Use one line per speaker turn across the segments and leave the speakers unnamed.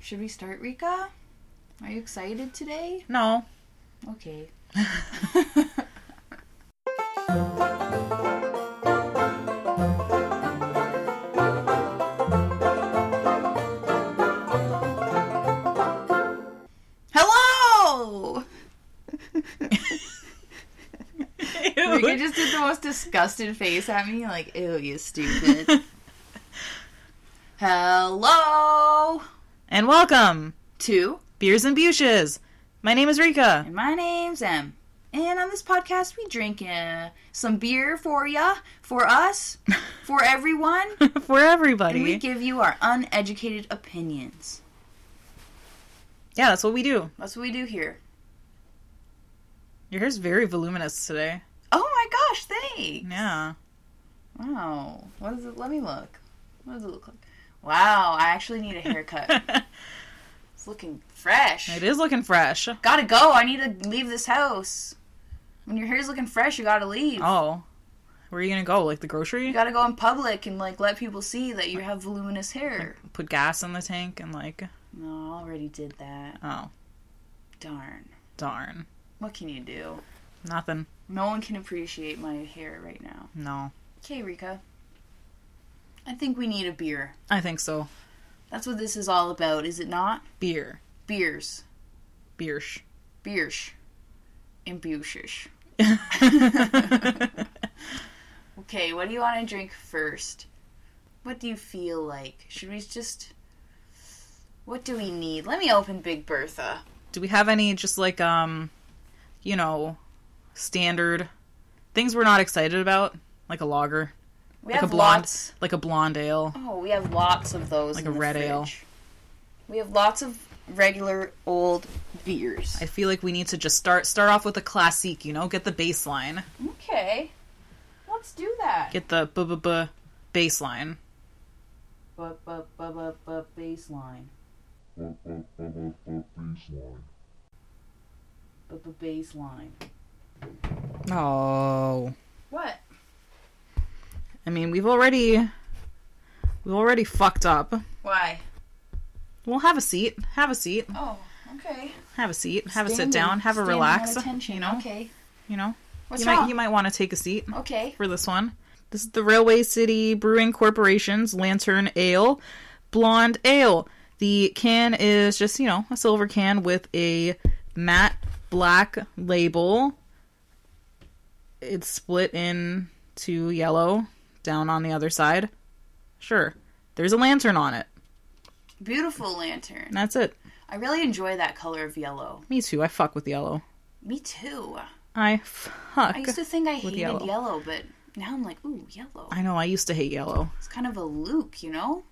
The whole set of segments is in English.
Should we start, Rika? Are you excited today?
No.
Okay. Hello! Rika just did the most disgusted face at me, like, ew, you stupid. Hello!
and welcome,
To
beers and buches. My name is Rika.
And my name's Em. And on this podcast, we drink uh, some beer for ya, for us, for everyone,
For
and we
everybody.
give you our uneducated opinions.
yeah, that's what we do.
That's what we do here.
Your hair's very voluminous today.
Oh my gosh, thanks.
Yeah.
Wow. What is it? Let me look. What does it look like? Wow, I actually need a haircut. it's looking fresh.
it is looking fresh.
Gotta go. I need to leave this house. When your hair's looking fresh, you gotta leave.
Oh. Where are you gonna go? Like the
You
grocery?
gotta go in public and like let people see that you have voluminous hair.
Put gas in the tank and like
No, I already did that.
oh,
Darn.
darn.
What can you do?
Nothing.
No one can appreciate my hair right now.
No.
Okay, Rika. I think we need a beer.
I think so.
That's what this is all about, is it not?
Beer.
Beers.
Beersh.
Beersh. And bushish. Okay, what do you want to drink first? What do you feel like? Should we just. What do we need? Let me open Big Bertha.
Do we have any just like um, you know, standard things we're not excited about? Like a lager,
We
Like a
have
blonde?
lots.
like a blonde ale.
Oh, we have lots of those.
Like
in
a
the
red
fridge.
ale.
We have lots of regular old beers.
I feel like we need to just start start off with a classique, you know, get the baseline,
Okay. Let's do that.
get the buh buh buh baseline.
Bu- bu- bu- bu- bu- baseline.
bu- bu- bu- bu- bu- baseline.
Bu- bu- baseline.
Oh,
What?
I mean, we've already we've already fucked up.
Why?
Well, have a seat, have a seat,
Oh, okay.
have a seat, have a sit
Standing-
down, have a
standing
relax.
at attention.
You know,
Okay.
you know,
What's
you
wrong?
might you might want to take a seat.
Okay.
for this one. This is the Railway City Brewing Corporation's Lantern Ale, Blonde Ale. The can is just, you know, a silver can with a matte black label. It's split in to yellow down on the other side. Sure. There's a lantern on it.
Beautiful lantern.
And that's it.
I really enjoy that color of yellow.
Me too. I fuck with yellow.
Me too.
I fuck.
I used to think I hated yellow.
yellow.
but now I'm like, ooh, yellow.
I know I used to hate yellow.
It's kind of a Luke, you know?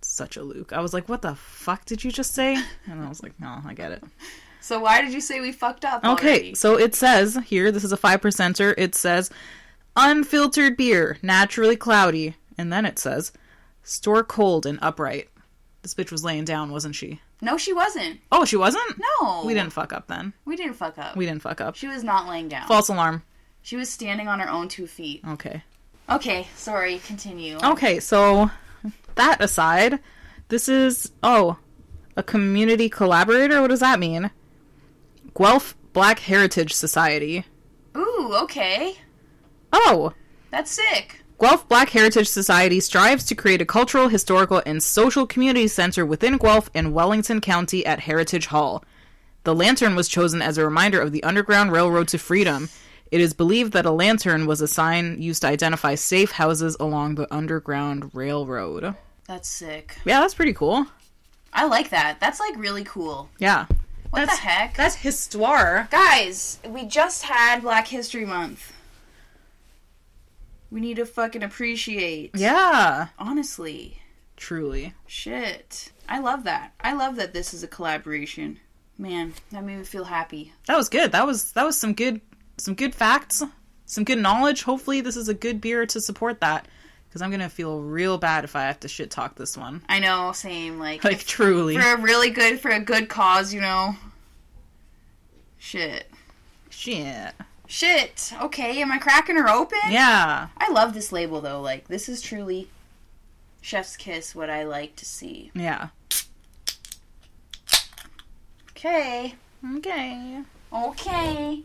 Such a Luke. I was like, what the fuck did you just say? And I was like, no, I get it.
So why did you say we fucked up?
Okay,
already?
so it says here, this is a five percenter. It says unfiltered beer, naturally cloudy, and then it says store cold and upright. This bitch was laying down, wasn't she?
No, she wasn't.
Oh, she wasn't.
No.
we didn't fuck up then.
We didn't fuck up.
We didn't fuck up.
she was not laying down.
False alarm.
She was standing on her own two feet.
Okay.
Okay, sorry, continue.
Okay, so that aside, this is oh, a community collaborator. What does that mean? Guelph Black Heritage Society.
Ooh, okay.
Oh,
That's sick.
Guelph Black Heritage Society strives to create a cultural, historical, and social community center within Guelph and Wellington County at Heritage Hall. The lantern was chosen as a reminder of the Underground Railroad to freedom. It is believed that a lantern was a sign used to identify safe houses along the Underground Railroad.
That's sick.
Yeah, that's pretty cool.
I like that. That's like really cool.
Yeah.
What
That's-
the heck?
That's histoire.
Guys, we just had Black History Month. We need to fucking appreciate.
Yeah.
Honestly.
Truly.
Shit. I love that. I love that this is a collaboration. Man, that made me feel happy.
That was good. That was that was some good some good facts, some good knowledge. Hopefully this is a good beer to support that cuz I'm going to feel real bad if I have to shit talk this one.
I know, same. Like,
Like truly.
for a really good, for a good cause, you know? Shit.
Shit.
Shit. Okay, am I cracking her open?
Yeah.
I love this label though. Like this is truly chef's kiss what I like to see.
Yeah.
Okay.
Okay.
Okay.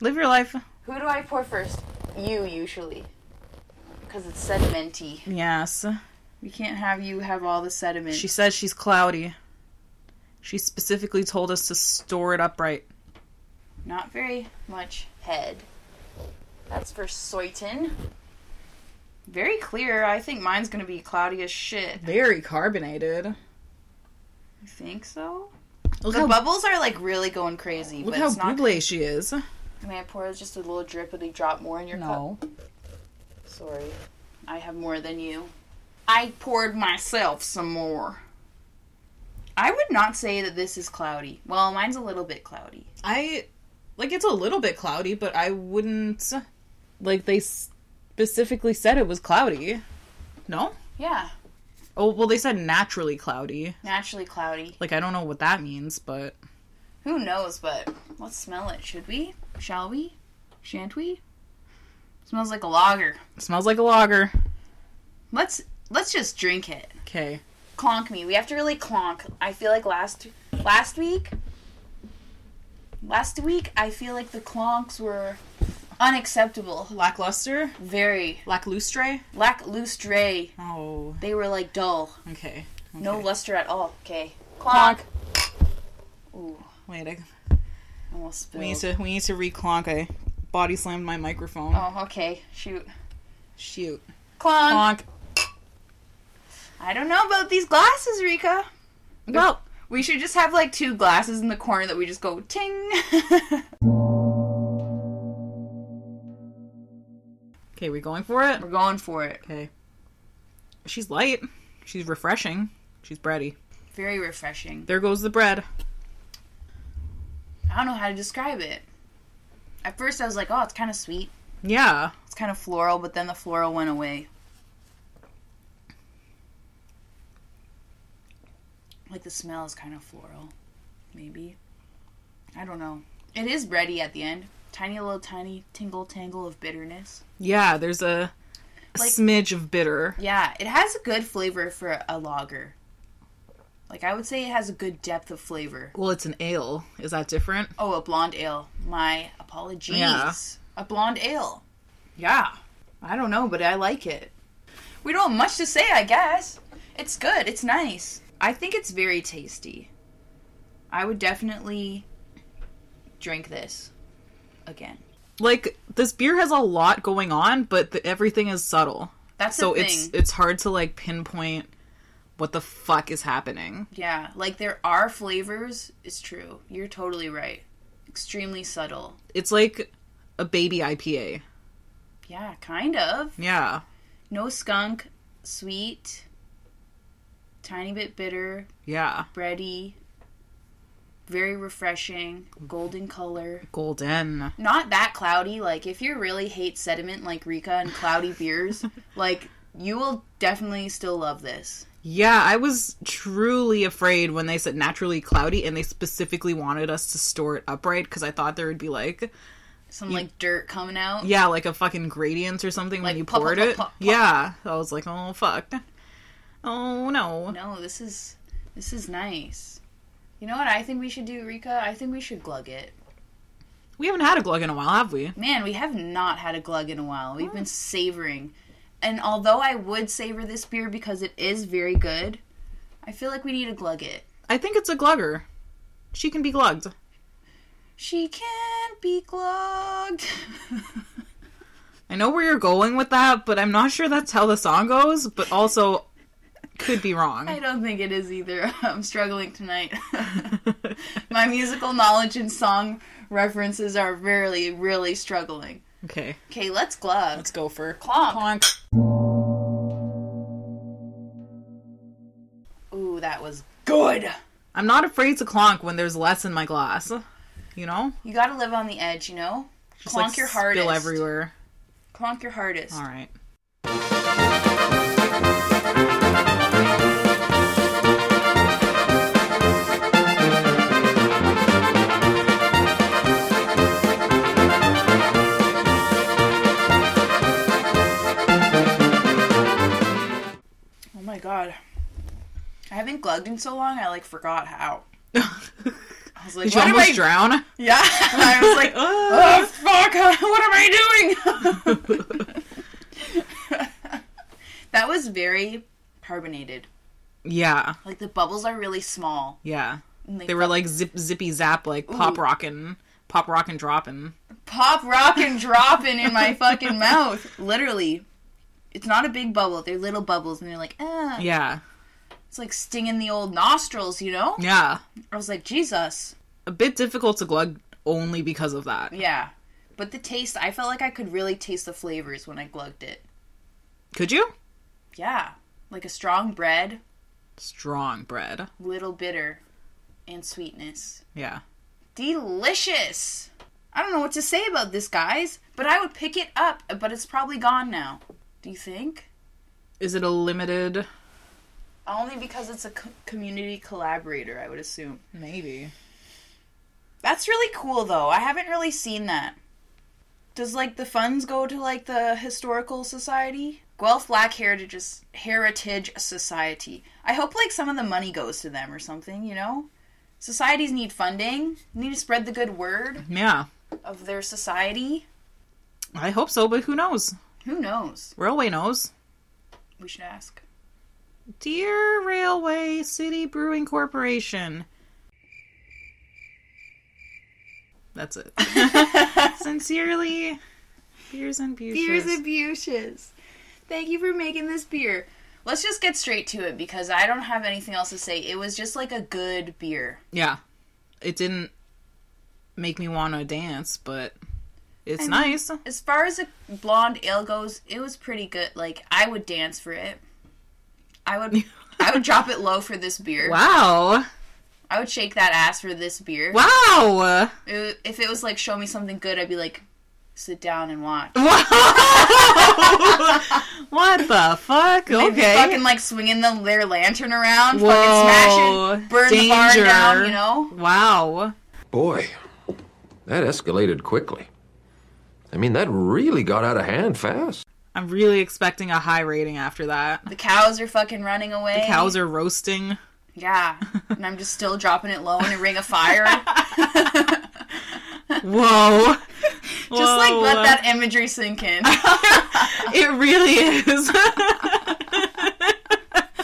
Live your life.
Who do I pour first? You, usually. Because it's sedimenty.
Yes.
We can't have you have all the sediment.
She says she's cloudy. She specifically told us to store it upright.
Not very much head. That's for Soitin. Very clear. I think mine's gonna be cloudy as shit.
Very carbonated.
You think so?
Look
the
how,
bubbles are like really going crazy,
look
but
how
it's not.
buble she is.
May I pour just a little drippity drop more in your cup? Sorry. I have more than you. I poured myself some more. I would not say that this is cloudy. Well, mine's a little bit cloudy.
I like it's a little bit cloudy, but I wouldn't like they specifically said it was cloudy. No?
Yeah,
Oh, well they said naturally cloudy.
naturally cloudy.
Like I don't know what that means, but
Who knows, but let's smell it. Should we? Shall we? Shan't we? Smells like a lager.
it smells like a lager.
Let's let's just drink it.
Okay.
Clonk me. We have to really clonk. I feel like last last week last week I feel like the clonks were unacceptable.
Lackluster?
Very
Lacklustre?
lacklustre.
Oh,
They were like dull.
okay.
No
Okay.
luster at all. Okay. Clonk. Ooh,
Wait, I,
almost spilled.
we need to we need to reclonk. I body slammed my microphone.
oh, Um, okay. Shoot.
Shoot.
Clonk.
Clonk.
I don't know about these glasses, Rika.
Well,
We should just have like two glasses in the corner that we just go ting.
okay, we're going for it.
We're going for it.
Okay. She's light. She's refreshing. She's bready.
Very refreshing.
There goes the bread.
I don't know how to describe it. At first, I was like, oh, it's kind of sweet.
Yeah.
It's kind of floral, but then the floral went away. Like the smell is kind of floral. Maybe. I don't know. It is bready at the end. Tiny little tiny tingle tangle of bitterness.
Yeah, there's a, a
Like-
smidge of bitter.
Yeah, it has a good flavor for a lager. Like I would say it has a good depth of flavor.
Well, it's an ale. Is that different?
Oh, a blonde ale. My apologies.
Yeah.
A blonde ale. Yeah. I don't know, but I like it. We don't have much to say, I guess. It's good. It's nice. I think it's very tasty. I would definitely drink this again.
Like this beer has a lot going on, but the, everything is subtle.
That's
so
the
it's
thing.
it's hard to like pinpoint what the fuck is happening.
yeah, like there are flavors. It's true. You're totally right. Extremely subtle.
It's like a baby IPA.
Yeah, kind of.
Yeah.
No skunk, sweet, tiny bit bitter,
Yeah.
bready, very refreshing, golden color.
Golden.
Not that cloudy. Like if you really hate sediment like Rika and cloudy beers, like you will definitely still love this.
Yeah, I was truly afraid when they said naturally cloudy and they specifically wanted us to store it upright because I thought there would be like,
Some like dirt coming out.
yeah, like a fucking gradient or something
Like,
when you
pop,
poured
pop,
it.
pop, pop, pop.
Yeah. I was like, oh, fuck. Oh, no.
No, this is this is nice. You know what I think we should do, Rika? I think we should glug it.
We haven't had a glug in a while, have we?
Man, we have not had a glug in a while. We've been savoring. And although I would savor this beer because it is very good, I feel like we need to glug it.
I think it's a glugger. She can be glugged.
She can't be glugged.
I know where you're going with that, but I'm not sure that's how the song goes, but also could be
I
wrong.
don't think it is either. I'm struggling tonight. My musical knowledge and song references are really, really struggling.
okay,
Okay, let's glug.
let's go for
Clonk.
Clonk.
Ooh, that was good.
I'm not afraid to clonk when there's less in my glass. You know?
You gotta live on the edge, you know?
Just
Clonk your hardest.
Spill everywhere.
Clonk your hardest.
All right.
Oh my god. I haven't glugged in so long, I like forgot how. I was like,
Did you
what am
almost
I?
drown?
yeah, I was like, oh fuck, what am I doing? that was very carbonated.
yeah,
Like the bubbles are really small.
yeah.
And
They were like zip, zippy zap, like pop
Ooh.
rockin', pop rockin' droppin'.
pop rockin' dropping in my fucking mouth. Literally. It's not a big bubble. They're little bubbles, and they're like, ah.
Yeah,
It's like stinging the old nostrils, you know?
yeah.
I was like, Jesus.
A bit difficult to glug only because of that.
Yeah. But the taste, I felt like I could really taste the flavors when I glugged it.
Could you?
Yeah. Like a strong bread,
Strong bread.
little bitter, and sweetness.
Yeah.
Delicious! I don't know what to say about this, guys, but I would pick it up, but it's probably gone now. Do you think?
Is it a limited?
Only because it's a co- community collaborator, I would assume.
Maybe.
That's really cool, though. I haven't really seen that. Does like the funds go to like the historical society? Guelph Black Heritage Heritage Society. I hope like some of the money goes to them or something. You know, societies need funding. Need to spread the good word
Yeah.
of their society.
I hope so, but who knows?
Who knows?
Railway knows.
We should ask.
Dear Railway City Brewing Corporation. That's it. Sincerely, Beers and Beers.
Beers and Bushes. Thank you for making this beer. Let's just get straight to it because I don't have anything else to say. It was just like a good beer.
Yeah. It didn't make me want to dance, but
I
it's
mean-
nice.
as far as a blonde ale goes, it was pretty good. Like I would dance for it. I would I would drop it low for this beer.
Wow.
I would shake that ass for this beer.
Wow.
It- if it was like show me something good, I'd be like sit down and watch.
Wow. what the fuck?
They'd be
Okay.
fucking like swinging the, their lantern around, fucking smashing, burn the barn
Danger.
down, you know.
Wow.
Boy, that escalated quickly. I mean, that really got out of hand fast.
I'm really expecting a high rating after that.
The cows are fucking running away.
The cows are roasting.
yeah, and I'm just still dropping it low in a ring of fire.
Whoa.
just like
Whoa.
let that imagery sink in.
It really is.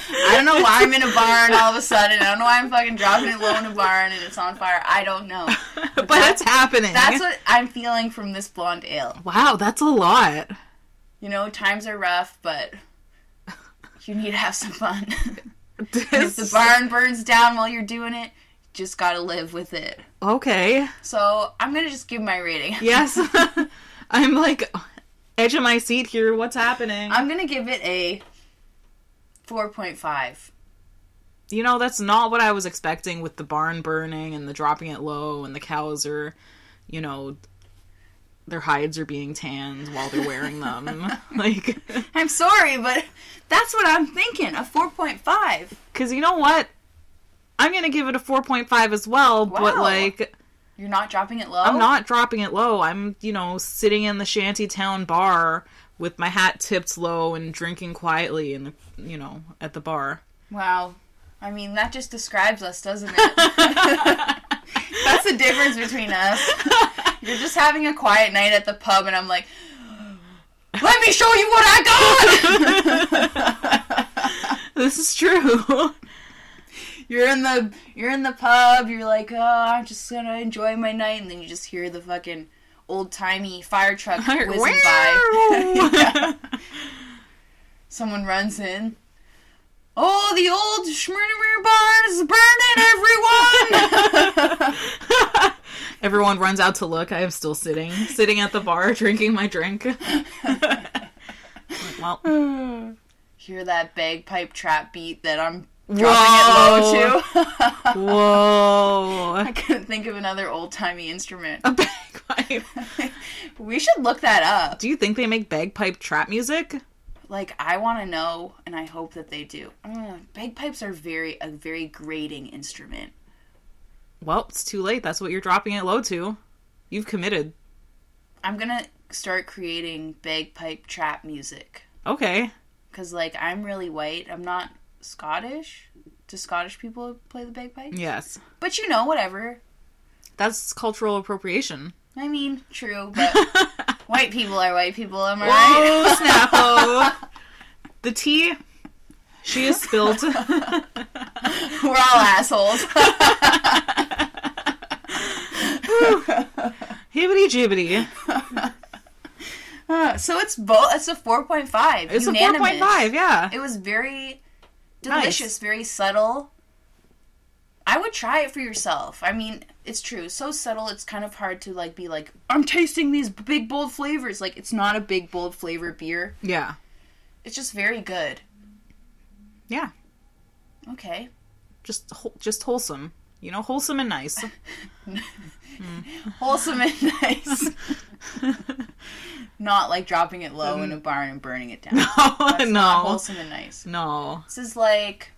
I don't know why I'm in a barn all of a sudden. I don't know why I'm fucking dropping it low in a barn and it's on fire. I don't know.
but it's happening.
That's what I'm feeling from this blonde ale.
Wow, that's a lot.
You know, times are rough, but you need to have some fun. if the
This-
barn burns down while you're doing it, you just gotta live with it.
okay.
So I'm gonna just give my rating.
Yes. I'm like edge of my seat here. What's happening?
I'm gonna give it a 4.5.
you know, that's not what I was expecting with the barn burning and the dropping it low and the cows are, you know, their hides are being tanned while they're wearing them. like
I'm sorry, but that's what I'm thinking. A 4.5.
Because you know what? I'm going to give it a 4.5 as well, but
Wow. Oh.
like,
You're not dropping it low?
I'm not dropping it low. I'm, you know, sitting in the shantytown bar with my hat tipped low and drinking quietly in the, you know, at the bar.
Wow. I mean, that just describes us, doesn't it? That's the difference between us. You're just having a quiet night at the pub, and I'm like, let me show you what I got!
This is true.
you're in the you're in the pub. You're like, oh, I'm just gonna enjoy my night, and then you just hear the fucking old timey fire truck whizzing by. Yeah. Someone runs in. Oh, the old Schmirner barn is burning, everyone!
Everyone runs out to look. I am still sitting, sitting at the bar drinking my drink. well,
Hear that bagpipe trap beat that I'm
Whoa.
dropping it low to.
whoa.
I couldn't think of another old timey instrument.
A bagpipe.
we should look that up.
Do you think they make bagpipe trap music?
Like, I want to know, and I hope that they do. Mm, bagpipes are very a very grating instrument.
Well, it's too late. That's what you're dropping it low to. You've committed.
I'm gonna start creating bagpipe trap music.
Okay.
because like i'm really white i'm not Scottish? Do Scottish people play the bagpipes?
Yes.
But you know, whatever.
That's cultural appropriation.
I mean, true, but white people are white people, am I right?
Whoa, Snappo. Oh, the tea she is spilled.
We're all assholes.
Hibbity jibbity.
so it's both. It's a four point five.
It's a 4.5, yeah.
It was very
Nice.
delicious, very subtle. I would try it for yourself. I mean, it's true. So subtle, it's kind of hard to like be like, I'm tasting these big bold flavors. Like it's not a big bold flavor beer.
yeah.
It's just very good.
Yeah.
Okay.
Just whole- just wholesome. You know, wholesome and nice.
Wholesome and nice. not like dropping it low in a barn and burning it down.
Oh,
That's not
no.
wholesome and nice.
No.
This is like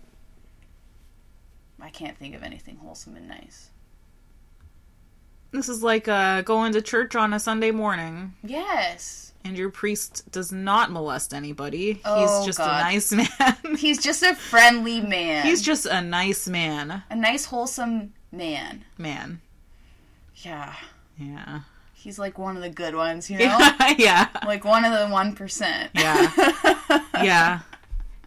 I can't think of anything wholesome and nice.
This is like uh, going to church on a Sunday morning,
Yes.
and your priest does not molest anybody.
Oh,
He's just
God.
a nice man.
He's just a friendly man.
He's just a nice man.
a nice wholesome man.
Man.
Yeah.
Yeah.
He's like one of the good ones, you know?
yeah.
like one of the 1%.
Yeah. Yeah.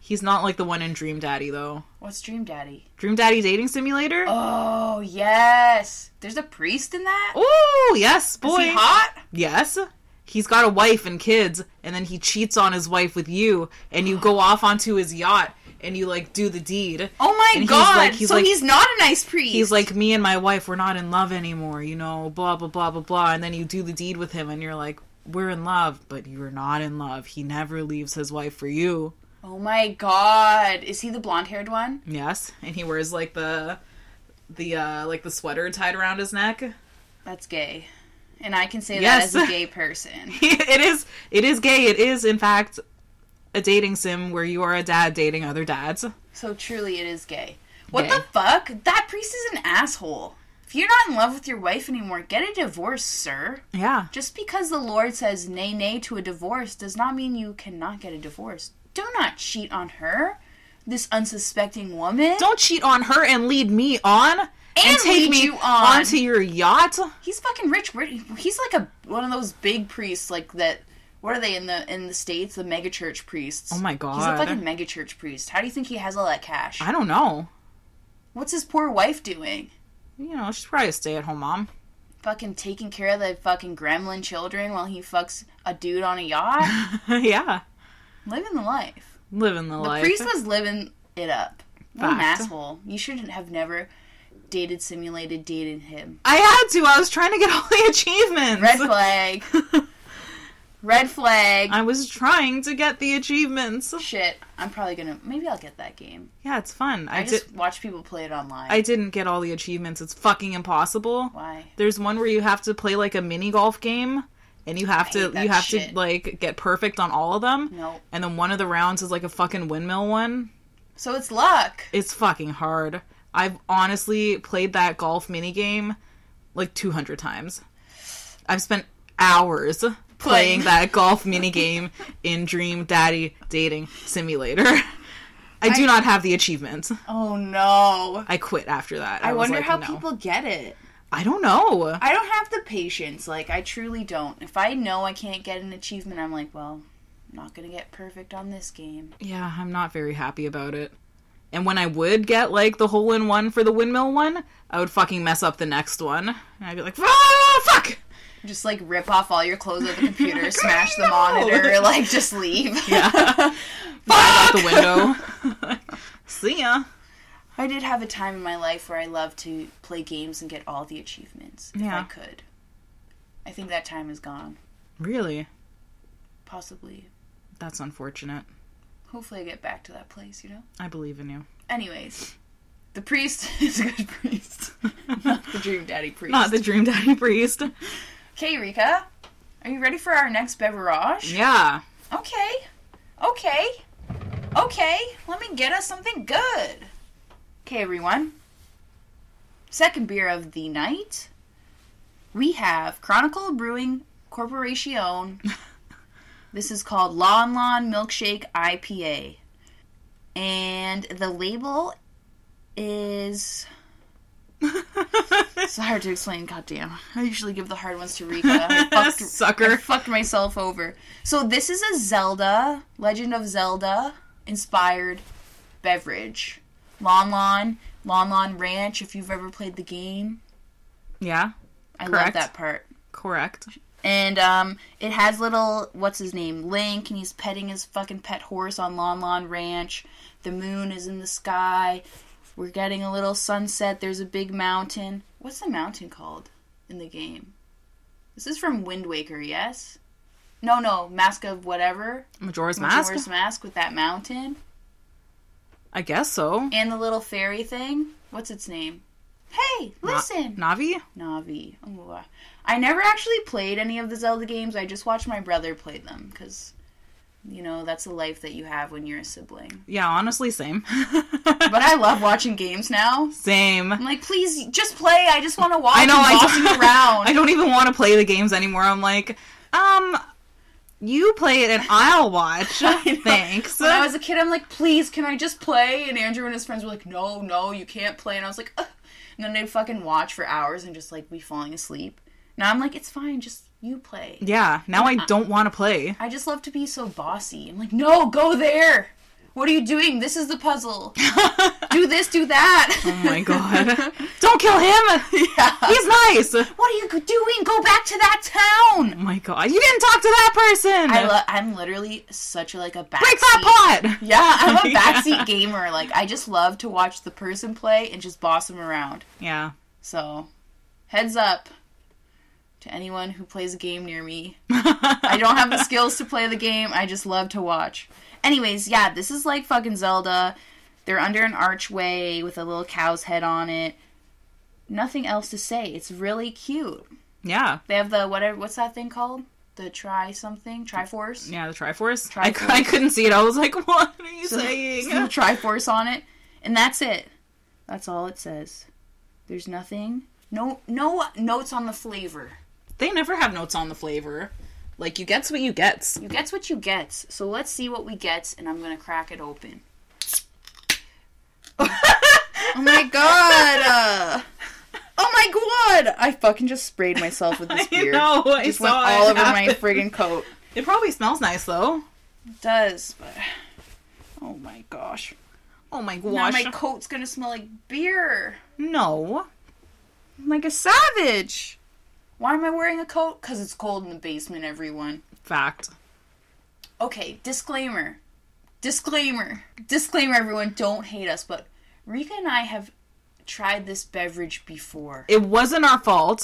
He's not like the one in Dream Daddy, though.
What's Dream Daddy?
Dream Daddy Dating Simulator?
Oh, yes. There's a priest in that?
Oh, yes, boy.
Is he hot?
Yes. He's got a wife and kids, and then he cheats on his wife with you, and you go off onto his yacht and you like do the deed.
Oh my
And he's
god.
like- he's
so
like-
he's not a nice priest.
He's like, Me and my wife, we're not in love anymore, you know, blah, blah, blah, blah, blah. And then you do the deed with him, and you're like, We're in love, but you're not in love. He never leaves his wife for you.
Oh my god. Is he the blonde haired one?
Yes. And he wears like the. The uh like the sweater tied around his neck.
That's gay. And I can say
Yes.
that as a gay person.
it is it is gay. It is in fact a dating sim where you are a dad dating other dads.
So truly, it is gay. What
Gay.
the fuck? That priest is an asshole. If you're not in love with your wife anymore, get a divorce, sir.
Yeah.
Just because the Lord says nay, nay to a divorce does not mean you cannot get a divorce. Do not cheat on her, this unsuspecting woman.
Don't cheat on her and lead me on and, take
lead
me
you on.
onto your yacht. Oh
He's fucking rich. Where- He's like a one of those big priests, like that. What are they in the in the states? The megachurch priests.
Oh my
He's a
God.
fucking megachurch priest. How do you think he has all that cash?
I don't know.
What's his poor wife doing?
You know, she's probably a stay-at-home mom.
fucking taking care of the fucking gremlin children while he fucks a dude on a yacht.
yeah,
living the life.
living the,
The
life.
priest was living it up. What an
Fact.
asshole. You shouldn't have never dated, simulated, dated him.
I had to. I was trying to get all the achievements.
Red flag. Red flag.
I was trying to get the achievements.
Shit. I'm probably gonna. Maybe I'll get that game.
Yeah, it's fun. I,
I
did.
just watch people play it online.
I didn't get all the achievements. It's fucking impossible.
Why?
There's one where you have to play like a mini golf game and you have
hate
to
that
you have
shit.
to like get perfect on all of them.
Nope.
And then one of the rounds is like a fucking windmill one.
So it's luck.
It's fucking hard. I've honestly played that golf mini game like 200 times. I've spent hours playing, that golf mini game in Dream Daddy Dating Simulator. I do not have the achievements.
Oh no.
I quit after that.
I
was
wonder
like,
how
no.
people get it.
I don't know.
I don't have the patience. Like, I truly don't. If I know I can't get an achievement, I'm like, well, I'm not going to get perfect on this game.
Yeah, I'm not very happy about it. And when I would get like the hole in one for the windmill one, I would fucking mess up the next one. And I'd be like, oh, fuck!
Just, like, rip off all your clothes at the computer, smash the monitor, like, just leave.
Yeah. Out the window. See ya.
I did have a time in my life where I loved to play games and get all the achievements if I
Yeah.
could. I think that time is gone.
Really?
Possibly.
That's unfortunate.
Hopefully, I get back to that place, you know?
I believe in you.
Anyways, the priest is a good priest, not the dream daddy priest.
Not the Dream Daddy Priest.
Okay, Rika, are you ready for our next beverage?
Yeah.
Okay, okay, okay. Let me get us something good. Okay, everyone. Second beer of the night. We have Chronicle Brewing Corporation. this is called Lawn Lawn Milkshake IPA. and the label is. It's hard to explain. Goddamn, I usually give the hard ones to Rika. I fucked,
Sucker.
I fucked myself over. So this is a Zelda, Legend of Zelda inspired beverage. Lon Lon, Lon Lon Ranch. If you've ever played the game,
yeah,
I love
Correct.
that part.
correct.
And um, it has little what's his name Link, and he's petting his fucking pet horse on Lon Lon Ranch. The moon is in the sky. We're getting a little sunset. There's a big mountain. What's the mountain called in the game? This is from Wind Waker, yes? No, no, Mask of whatever.
Majora's Mask?
Majora's Mask with that mountain
I guess so.
and the little fairy thing. What's its name? Hey,
Na-
listen.
Navi?
Navi. Ooh, uh, I never actually played any of the Zelda games. I just watched my brother play them because, you know, that's the life that you have when you're a sibling.
Yeah, honestly, same.
But I love watching games now.
same.
I'm like, please, just play. I just want to watch.
I know. I
bossing
don't,
around.
I don't even want to play the games anymore. I'm like, um, you play it and I'll watch.
I know.
Thanks.
When I was a kid, I'm like, please, can I just play? And Andrew and his friends were like, no, no, you can't play. And I was like, Ugh. and then they'd fucking watch for hours and just like be falling asleep. Now I'm like, it's fine, just you play.
yeah. Now I don't want to play.
I just love to be so bossy. I'm like, no, go there. What are you doing? This is the puzzle. do this, do that.
Oh my god. don't kill him.
Yeah.
He's nice. Oh
What are you doing? Go back to that town.
my god. You didn't talk to that person.
I lo- I'm literally such a, like a backseat.
Break that pot.
Yeah, I'm a
Yeah.
backseat gamer. Like I just love to watch the person play and just boss them around.
Yeah.
So, heads up to anyone who plays a game near me. I don't have the skills to play the game. I just love to watch. Anyways, yeah, this is like fucking Zelda. They're under an archway with a little cow's head on it. Nothing else to say. It's really cute.
Yeah.
They have the whatever. What's that thing called? The try something Triforce.
Yeah, the Triforce. I, cou-
Triforce.
I couldn't see it. I was like, what are you
It's
saying?
the Triforce on it, and that's it. That's all it says. There's nothing. No, no notes on the flavor.
They never have notes on the flavor. Like you gets what you gets.
You gets what you gets. So let's see what we gets, and I'm gonna crack it open. oh my god! uh, oh my god! I fucking just sprayed myself with this
You
beer.
know, I
just went
saw
all
it
over my
happen.
friggin' coat.
It probably smells nice though.
It does, but oh my gosh!
Oh my
Now
gosh.
my coat's gonna smell like beer.
no.
I'm like a savage. Why am I wearing a coat? Cause it's cold in the basement, everyone.
Fact.
Okay, disclaimer. Disclaimer. Disclaimer, everyone, don't hate us, but Rika and I have tried this beverage before.
It wasn't our fault.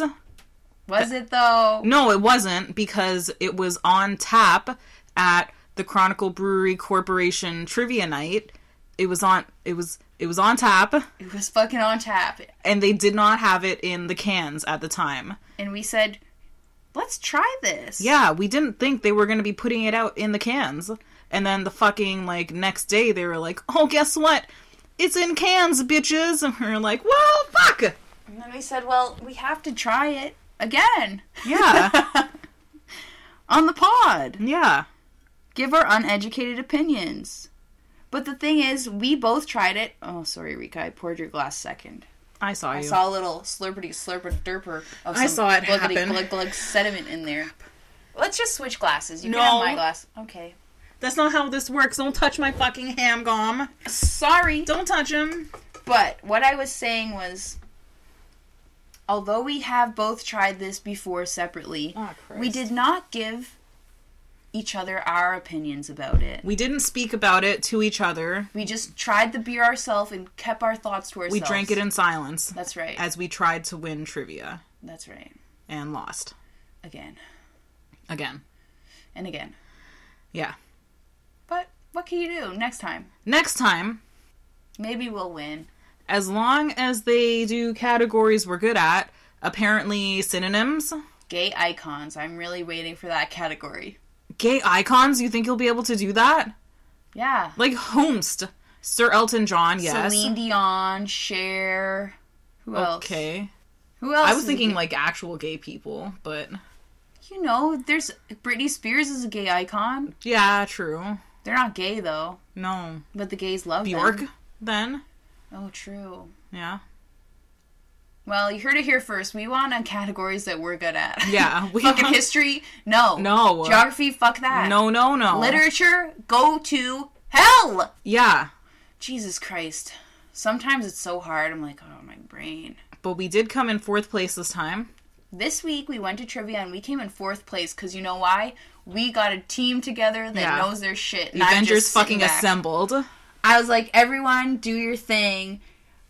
Was it though?
No, it wasn't because it was on tap at the Chronicle Brewery Corporation trivia night. It was on it was it was on tap
It was fucking on tap.
and they did not have it in the cans at the time.
And we said, let's try this.
Yeah, we didn't think they were going to be putting it out in the cans. And then the fucking like next day they were like, "Oh, guess what? It's in cans, bitches." And we were like, "Well, fuck."
And then we said, well, we have to try it again
Yeah.
on the pod.
yeah.
Give our uneducated opinions. But the thing is, we both tried it. Oh, sorry, Rika, I poured your glass second.
I saw you.
I saw a little slurpity slurper derper of some
I saw it
gluggity
happen.
glug glug sediment in there. Let's just switch glasses. You
No.
can have my glass. Okay.
That's not how this works. Don't touch my fucking ham gum.
Sorry.
Don't touch him.
But what I was saying was although we have both tried this before separately,
Ah,
we
Christ.
did not give each other our opinions about it.
We didn't speak about it to each other.
We just tried the beer ourselves and kept our thoughts to
We
ourselves.
drank it in silence
That's right.
as we tried to win trivia
That's right.
and lost
Again
again.
and again.
Yeah.
But what can you do next time?
Next time,
Maybe we'll win.
as long as they do categories we're good at, apparently synonyms,
gay icons. I'm really waiting for that category.
gay icons, you think you'll be able to do that?
Yeah.
Like Homst, Sir Elton John, yes.
Celine Dion, Cher. Who else?
Okay.
Who else?
I was
is
thinking
gay?
like actual gay people, but
you know, there's Britney Spears is a gay icon.
yeah, true.
They're not gay though.
No.
But the gays love them.
Bjork, then?
Oh, true.
Yeah.
Well, you heard it here first. We want on categories that we're good at.
Yeah, we
Fucking
want-
history, no.
No.
Geography, fuck that.
No, no, no.
Literature, go to hell.
Yeah.
Jesus Christ. Sometimes it's so hard. I'm like, oh, my brain.
But we did come in fourth place this time.
This week we went to trivia and we came in fourth place because you know why? We got a team together that
Yeah.
knows their shit.
The
not
Avengers
just sitting
fucking
back.
assembled.
I was like, everyone, do your thing.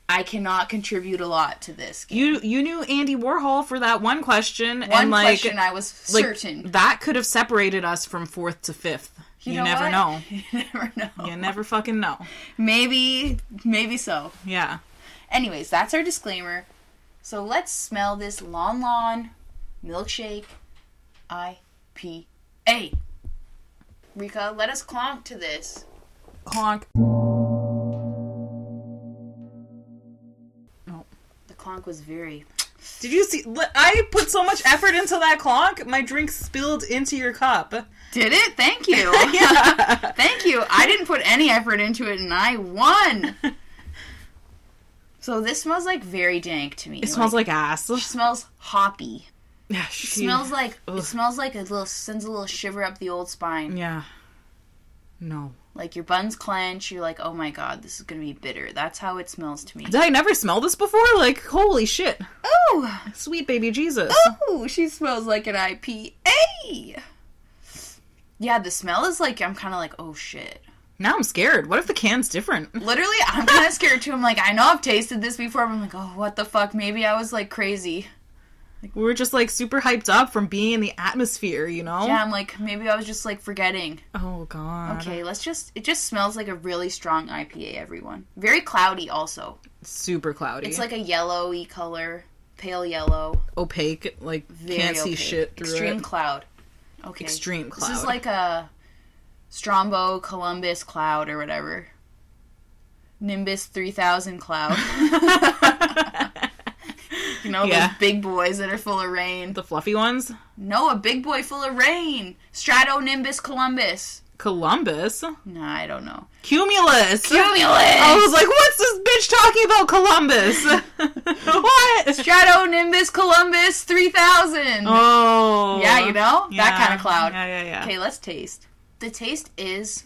I cannot contribute a lot to this. Game.
You you knew Andy Warhol for that one question
One
and like
question I was
like,
certain.
that could have separated us from fourth to fifth. You,
know
never
what?
know.
you never know.
You never fucking know.
Maybe, maybe so.
Yeah.
Anyways, that's our disclaimer. So let's smell this Lon Lon Milkshake IPA. Rika, let us clonk to this.
Honk.
The clonk was very.
Did you see? li- I put so much effort into that clonk. My drink spilled into your cup.
Did it? Thank you. Thank you. I didn't put any effort into it and I won. so this smells like very dank to me.
It smells like ass.
smells hoppy.
Yeah, she,
smells like
Ugh.
it smells like a little sends a little shiver up the old spine.
Yeah. No.
Like your buns clench, you're like, oh my god, this is gonna be bitter. That's how it smells to me.
Did I never smell this before? Like, holy shit.
Oh,
Sweet baby Jesus.
oh, she smells like an IPA. Yeah, the smell is like I'm kind of like, oh shit.
Now I'm scared. What if the can's different?
Literally, I'm kind of scared too. I'm like, I know I've tasted this before, but I'm like, oh, what the fuck? Maybe I was like crazy.
We were just like super hyped up from being in the atmosphere, you know?
Yeah, I'm like, maybe I was just like forgetting.
Oh god.
Okay, let's just. It just smells like a really strong IPA. Everyone, very cloudy. Also,
Super cloudy.
it's like a yellowy color, pale yellow.
opaque, like
Very
can't see
opaque.
shit through
Extreme
it.
cloud. Okay.
Extreme cloud.
This is like a Strombo Columbus cloud or whatever. Nimbus 3000 cloud. you know,
Yeah.
those big boys that are full of rain.
the fluffy ones.
No, a big boy full of rain. Strato Nimbus Columbus.
Columbus.
Nah, I don't know.
Cumulus.
Cumulus!
I was like, what's this bitch talking about Columbus? what?
Strato Nimbus Columbus 3000.
Oh.
Yeah, you know? That
Yeah.
kind of cloud.
Yeah, yeah, yeah.
Okay, let's taste. The taste is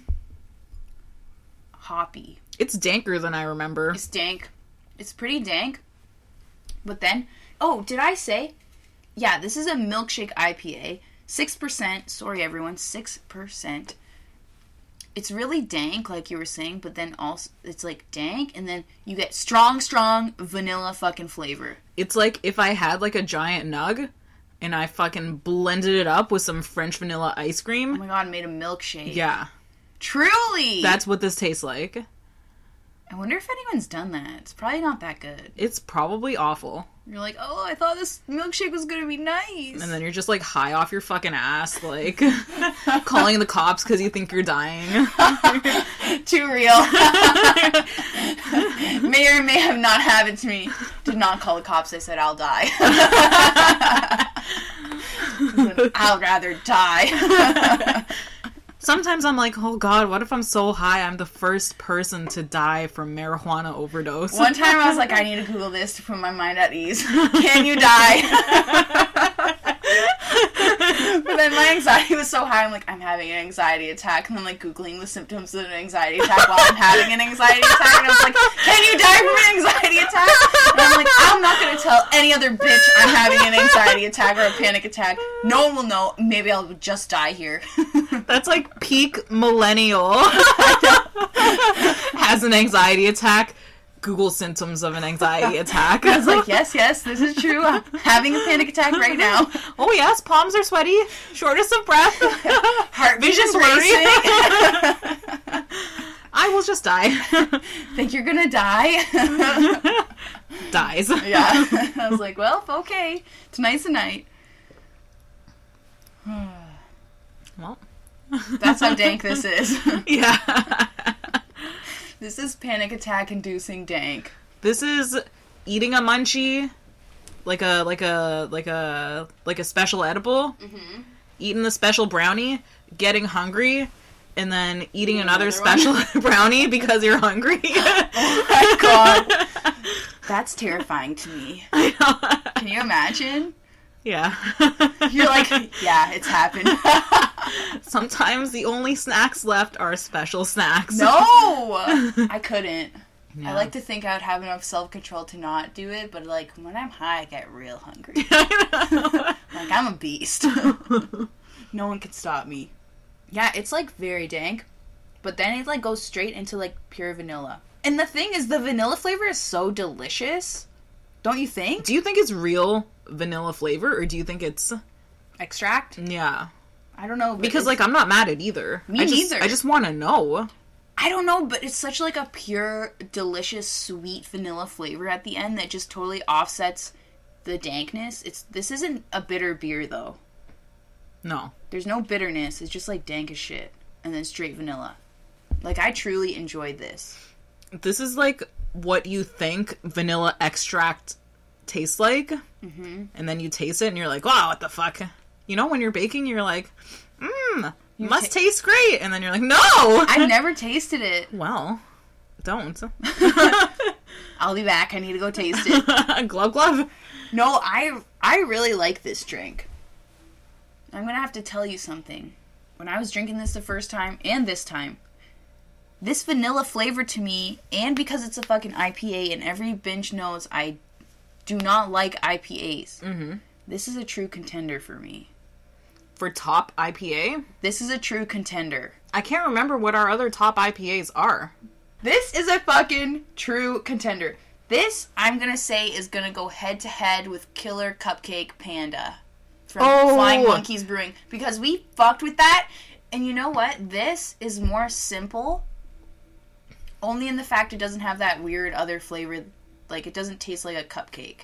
hoppy.
It's danker than I remember.
It's dank. It's pretty dank. But then, oh, did I say? Yeah, this is a milkshake IPA. 6%. Sorry, everyone. 6%. It's really dank, like you were saying, but then also, it's like dank, and then you get strong, strong vanilla fucking flavor.
It's like if I had like a giant nug and I fucking blended it up with some French vanilla ice
Oh
cream.
my god, I made a milkshake.
Yeah.
Truly!
That's what this tastes like.
I wonder if anyone's done that. It's probably not that good.
It's probably awful.
You're like, oh, I thought this milkshake was gonna be nice.
And then you're just like high off your fucking ass, like calling the cops because you think you're dying.
too real. may or may have not happened to me. Did not call the cops. I said I'll die. I'd rather die.
Sometimes I'm like, oh god, what if I'm so high I'm the first person to die from marijuana overdose?
One time I was like, I need to Google this to put my mind at ease. Can you die? but then my anxiety was so high, I'm like, I'm having an anxiety attack. And then, like, Googling the symptoms of an anxiety attack while I'm having an anxiety attack. And I was like, Can you die from an anxiety attack? And I'm like, I'm not going to tell any other bitch I'm having an anxiety attack or a panic attack. No one will know. Maybe I'll just die here.
That's like peak millennial has an anxiety attack. Google symptoms of an anxiety attack.
I was like, Yes, yes, this is true. I'm having a panic attack right now.
oh yes, palms are sweaty, shortness of breath,
Heart vision's
Just worry.
racing.
I will just die.
Think you're going to die?
Dies.
Yeah. I was like, well, okay. Tonight's the night.
Well,
That's how dank this is.
yeah.
this is panic attack inducing dank.
This is eating a munchie, like a like a like
Mm-hmm.
a like a special edible. Eating the special brownie, getting hungry, and then eating another,
another
special
one. Oh
brownie because you're hungry.
God. That's terrifying to me.
I know.
Can you imagine?
Yeah.
You're like, yeah, it's happened.
sometimes the only snacks left are special snacks.
no, I couldn't. I like to think I'd have enough self control to not do it, but like when I'm high, I get real hungry.
I
Like I'm a beast.
know.
no one can stop me. Yeah, it's like very dank, but then it like goes straight into like pure vanilla. And the thing is, the vanilla flavor is so delicious, don't you think?
do you think it's real vanilla flavor or do you think it's
Extract?
yeah?
I don't know but
Because
it's-
like I'm not mad at either.
Me
I just,
neither.
I just want to know.
I don't know, but it's such like a pure, delicious, sweet vanilla flavor at the end that just totally offsets the dankness. It's this isn't a bitter beer though.
No.
There's no bitterness. It's just like dank as shit, and then straight vanilla. Like I truly enjoyed this.
This is like what you think vanilla extract tastes like, and then you taste it and you're like, wow, what the fuck? You know, when you're baking, you're like, mmm, must taste great, and then you're like, no.
I've never tasted it.
well, don't.
I'll be back. I need to go taste it.
glove glove.
No, I I really like this drink. I'm gonna have to tell you something. When I was drinking this the first time and this time, this vanilla flavor to me, and because it's a fucking IPA, and every binge knows I do not like IPAs. Mm-hmm. This is a true contender for me.
for top IPA.
This is a true contender.
I can't remember what our other top IPAs are.
This is a fucking true contender. This I'm gonna say is gonna go head to head with Killer Cupcake Panda from
Oh.
Flying Monkeys Brewing because we fucked with that. And you know what? This is more simple, only in the fact it doesn't have that weird other flavor. Like it doesn't taste like a cupcake.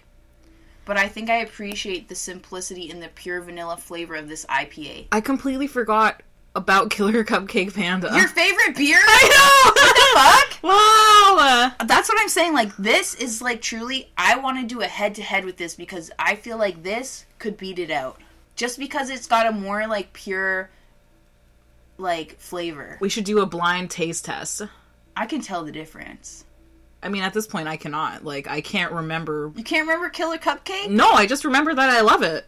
But I think I appreciate the simplicity and the pure vanilla flavor of this IPA.
I completely forgot about Killer Cupcake Panda.
Your favorite beer?
I
Fuck!
know. wow.
that's what I'm saying. Like this is like truly, I want to do a head to head with this because I feel like this could beat it out, just because it's got a more like pure, like flavor.
We should do a blind taste test.
I can tell the difference.
I mean, at this point, I cannot. Like, I can't remember.
You can't remember Killer Cupcake?
No, I just remember that I love it.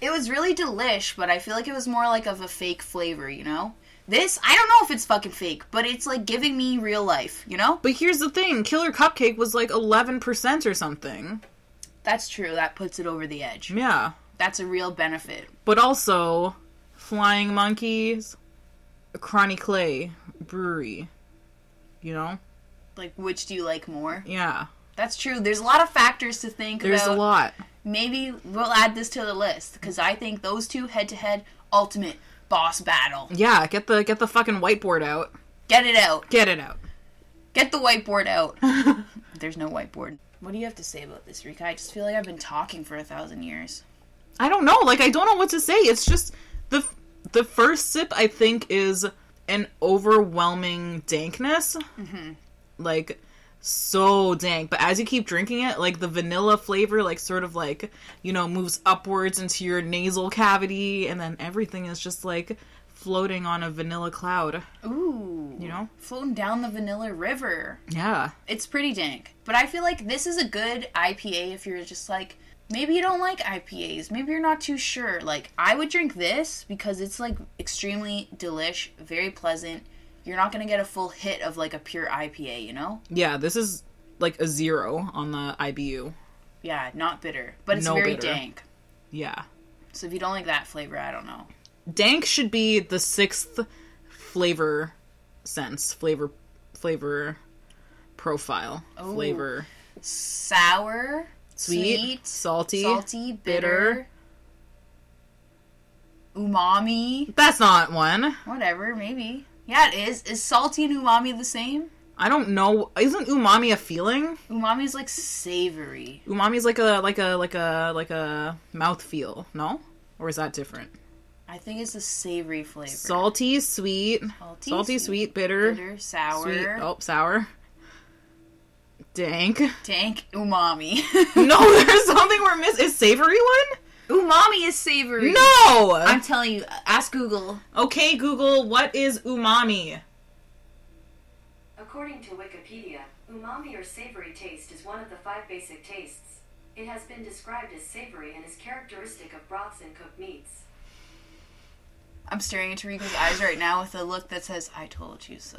It was really delish, but I feel like it was more like of a fake flavor, you know. This I don't know if it's fucking fake, but it's like giving me real life, you know.
But here's the thing Killer Cupcake was like 11% or something.
That's true. That puts it over the edge.
Yeah.
That's a real benefit.
But also, Flying Monkeys, Cronny Clay Brewery. You know?
Like, which do you like more?
Yeah.
That's true. There's a lot of factors to think
There's
about.
a lot.
maybe we'll add this to the list because I think those two head to head ultimate boss battle.
Yeah, get the get the fucking whiteboard out.
Get it out.
Get it out.
Get the whiteboard out. There's no whiteboard. What do you have to say about this, Rika? I just feel like I've been talking for a thousand years.
I don't know. Like I don't know what to say. It's just the the first sip I think is an overwhelming dankness. Like so dank, but as you keep drinking it, like the vanilla flavor like sort of like, you know, moves upwards into your nasal cavity and then everything is just like floating on a vanilla cloud,
Ooh.
you know?
Floating down the vanilla river.
Yeah.
It's pretty dank. But I feel like this is a good IPA if you're just like, maybe you don't like IPAs. Maybe you're not too sure. Like, I would drink this because it's like extremely delish, very pleasant. You're not going to get a full hit of like a pure IPA, you know?
Yeah, this is like a 0 on the IBU.
Yeah, not bitter, but it's
No
very
bitter.
dank.
Yeah.
So if you don't like that flavor, I don't know.
dank should be the sixth flavor sense flavor flavor profile
Oh,
flavor
Sour,
sweet,
Sweet,
salty,
salty, bitter,
bitter.
umami,
that's not one
whatever, maybe. Yeah, it is. Is salty and umami the same?
i don't know isn't umami a feeling
Umami is like savory.
umami is like a like a like a like a mouth feel no or is that different
I think it's a savory flavor.
salty sweet
salty,
salty sweet, bitter,
bitter, sour,
sweet oh sour dank
dank, umami.
no there's something we're missing is savory one
Umami is savory.
No!
I'm telling you, uh, ask Google.
okay, Google, what is umami?
According to Wikipedia, umami or savory taste is one of the five basic tastes. It has been described as savory and is characteristic of broths and cooked meats.
I'm staring into Rico's eyes right now with a look that says, I told you so.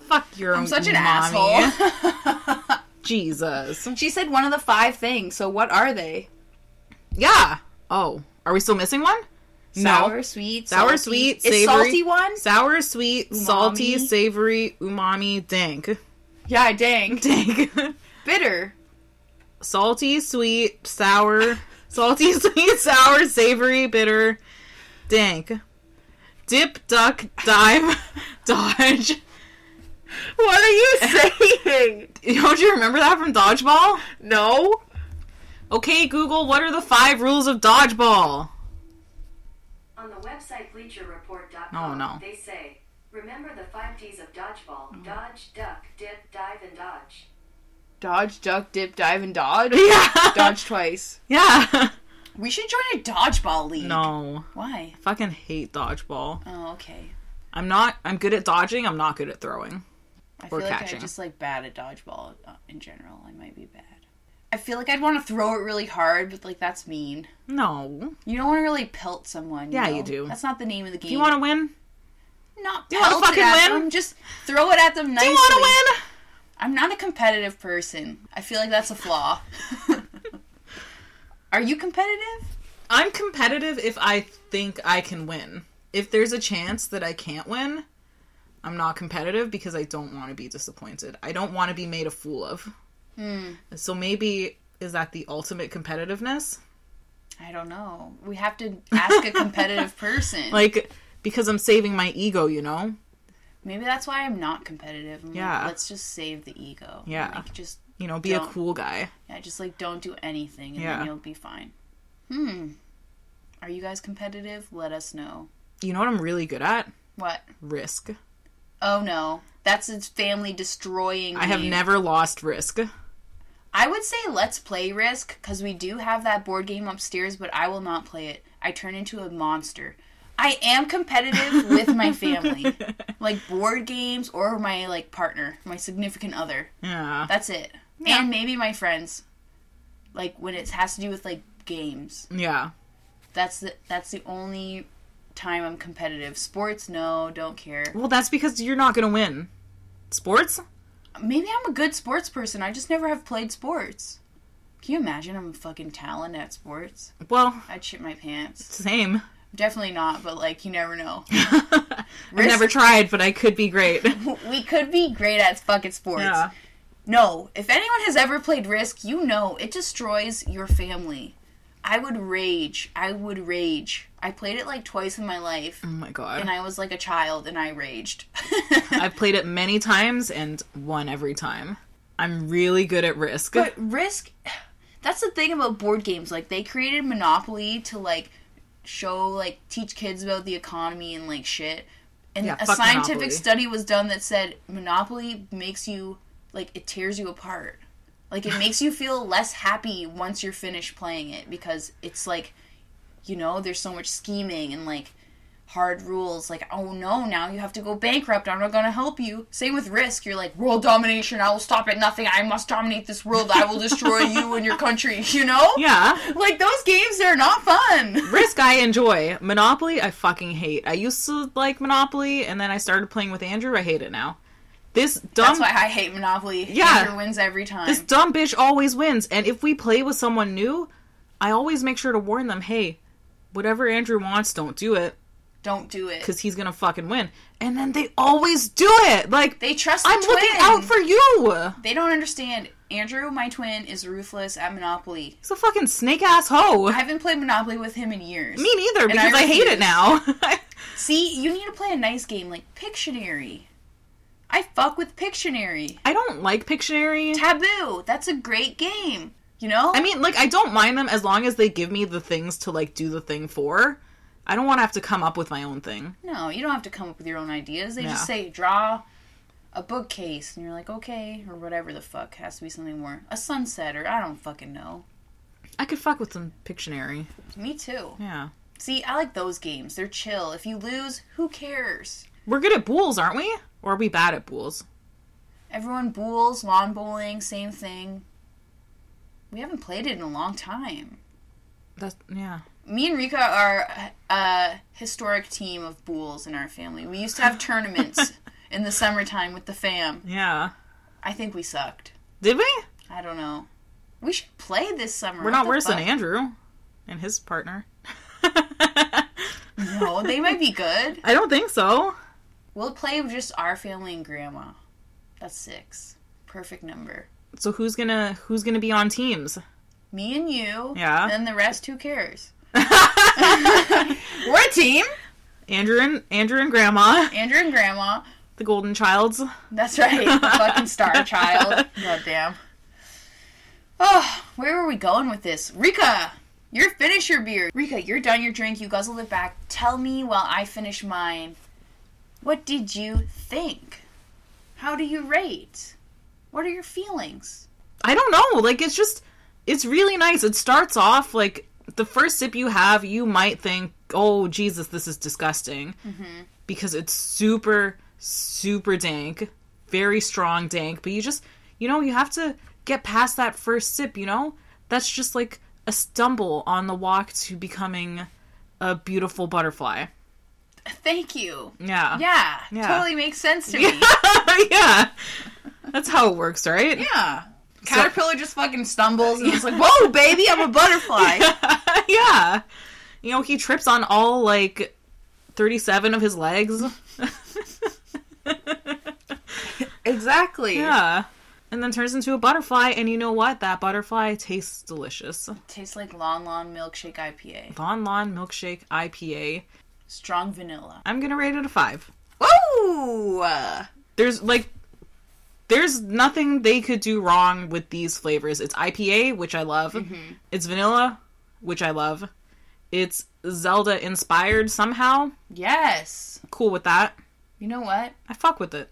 Um,
Fuck your
I'm such an
umami.
asshole.
Jesus.
she said one of the five things, so what are they?
Yeah. Oh, are we still missing one?
Sour, sweet,
Sour,
salty.
sweet,
Is
savory.
salty one?
Sour, sweet, salty,
Umami.
savory, umami, dank.
Yeah, dang.
Dank.
Bitter.
salty, sweet, sour, salty, sweet, sour, savory, bitter, dank. Dip, duck, dive, dodge.
What are you saying?
Don't you remember that from dodgeball?
No.
Okay, Google, what are the five rules of dodgeball?
On the website BleacherReport.com,
Oh, no. Mm.
they say, Remember the five D's of dodgeball dodge, duck, dip, dive, and dodge.
Dodge, duck, dip, dive, and dodge.
Yeah.
Dodge twice.
Yeah.
We should join a dodgeball league.
No.
Why?
Fucking hate dodgeball.
Oh, okay.
I'm not I'm good at dodging, I'm not good at throwing.
I
Or
feel like
catching.
I'm just like bad at dodgeball uh, in general. I might be bad. I feel like I'd want to throw it really hard, but like that's mean.
No.
You don't want to really pelt someone.
Yeah,
know?
you do.
That's not the name of the game.
Do you wanna win?
not
you wanna
pelt it
fucking
at
win?
them, Just throw it at them
Do
nicely.
you wanna win?
I'm not a competitive person. I feel like that's a flaw. Are you competitive?
I'm competitive if I think I can win. If there's a chance that I can't win, I'm not competitive because I don't want to be disappointed. I don't want to be made a fool of.
Hmm,
So maybe is that the ultimate competitiveness?
I don't know. We have to ask a competitive person.
Like because I'm saving my ego, you know?
Maybe that's why I'm not competitive. I'm like,
Yeah.
let's just save the ego.
Yeah.
Like just
You know, be
Don't.
a cool guy.
yeah, just like don't do anything and
Yeah.
then you'll be fine. Hmm. Are you guys competitive? Let us know.
You know what I'm really good at?
What?
Risk.
Oh no. That's its family destroying.
I have
game.
never lost risk.
I would say let's play Risk because we do have that board game upstairs, but I will not play it. I turn into a monster. I am competitive with my family, like board games or my like partner, my significant other.
Yeah.
That's it, and maybe my friends. Like when it has to do with like games,
Yeah.
that's the that's the only time I'm competitive. Sports, no, don't care.
Well, that's because you're not going to win. Sports?
Maybe I'm a good sports person. I just never have played sports. Can you imagine? I'm a fucking talent at sports.
Well,
I'd shit my pants.
same.
Definitely not, but like you never know.
I
Risk-
never tried, but I could be great.
we could be great at fucking sports.
Yeah.
No, if anyone has ever played Risk, you know it destroys your family. I would rage. I would rage. I played it like twice in my life,
Oh my
and
god.
I was like a child, and I raged.
I've played it many times and won every time. I'm really good at risk.
but Risk, that's the thing about board games. Like they created Monopoly to like show like teach kids about the economy and like shit. And
Yeah,
a
fuck
scientific
Monopoly.
study was done that said Monopoly makes you like it tears you apart. Like it makes you feel less happy once you're finished playing it because it's like you know, there's so much scheming and like hard rules like oh no now you have to go bankrupt i'm not going to help you same with risk you're like world domination i will stop at nothing i must dominate this world i will destroy you and your country you know
yeah.
like those games are not fun.
Risk I enjoy. Monopoly I fucking hate. I used to like Monopoly and then I started playing with Andrew. I hate it now. This dumb
That's why I hate Monopoly.
Um, Yeah.
Andrew wins every time.
this dumb bitch always wins. And if we play with someone new, I always make sure to warn them, "Hey, whatever Andrew wants, don't do it."
Don't do it.
because he's gonna fucking win. And then they always do it. Like
They trust the
I'm
twin.
looking out for you.
They don't understand. Andrew, my twin, is ruthless at Monopoly.
He's a fucking snake ass hoe.
I haven't played Monopoly with him in years.
Me neither
And I
because I, hate it
refuse.
now.
See, you need to play a nice game like Pictionary. I fuck with Pictionary.
I don't like Pictionary.
Taboo. That's a great game. You know?
I mean, like I don't mind them as long as they give me the things to like do the thing for. I don't want to have to come up with my own thing.
No, you don't have to come up with your own ideas. They
Yeah.
just say draw a bookcase, and you're like, okay, or whatever the fuck has to be something more. A sunset, or I don't fucking know.
I could fuck with some Pictionary.
Me too.
Yeah.
See, I like those games. They're chill. If you lose, who cares?
We're good at bools, aren't we? Or are we bad at bools?
Everyone bowls, lawn bowling, same thing. We haven't played it in a long time.
That's yeah.
Me and Rika are a historic team of bowls in our family. We used to have tournaments in the summertime with the fam.
Yeah.
I think we sucked.
Did we?
I don't know. We should play this summer.
We're
What
not
the
worse than
fuck?
Andrew and his partner.
No, they might be good.
I don't think so.
We'll play with just our family and grandma. That's six. Perfect number.
So who's gonna who's gonna be on teams?
Me and you.
Yeah.
And the rest, who cares? We're a team.
Andrew and Andrew and Grandma,
Andrew and Grandma.
the Golden Childs.
That's right. The fucking star child. Goddamn. Oh, where were we going with this? Rika, you're finish your beer. Rika, you're done your drink. You guzzled it back. Tell me while I finish mine. What did you think? How do you rate? What are your feelings?
I don't know. Like it's just it's really nice. It starts off like the first sip you have, you might think, "Oh Jesus, this is disgusting," because it's super super dank, very strong dank. But you just you know you have to get past that first sip. You know that's just like a stumble on the walk to becoming a beautiful butterfly.
Thank you.
Yeah.
Yeah,
Uh, Yeah.
totally makes sense to me.
yeah. That's how it works, right?
Yeah. Caterpillar just fucking stumbles and it's like, whoa, baby, I'm a butterfly.
yeah. You know, he trips on all like 37 of his legs.
exactly.
yeah. And then turns into a butterfly, and you know what? That butterfly tastes delicious.
Tastes like Lon Lon Milkshake IPA.
Lon Lon Milkshake IPA.
Strong vanilla.
I'm gonna rate it a five.
Whoa! Uh,
There's like, there's nothing they could do wrong with these flavors. It's IPA, which I love. It's vanilla, which I love. It's Zelda inspired somehow.
yes.
Cool with that.
You know what?
I fuck with it.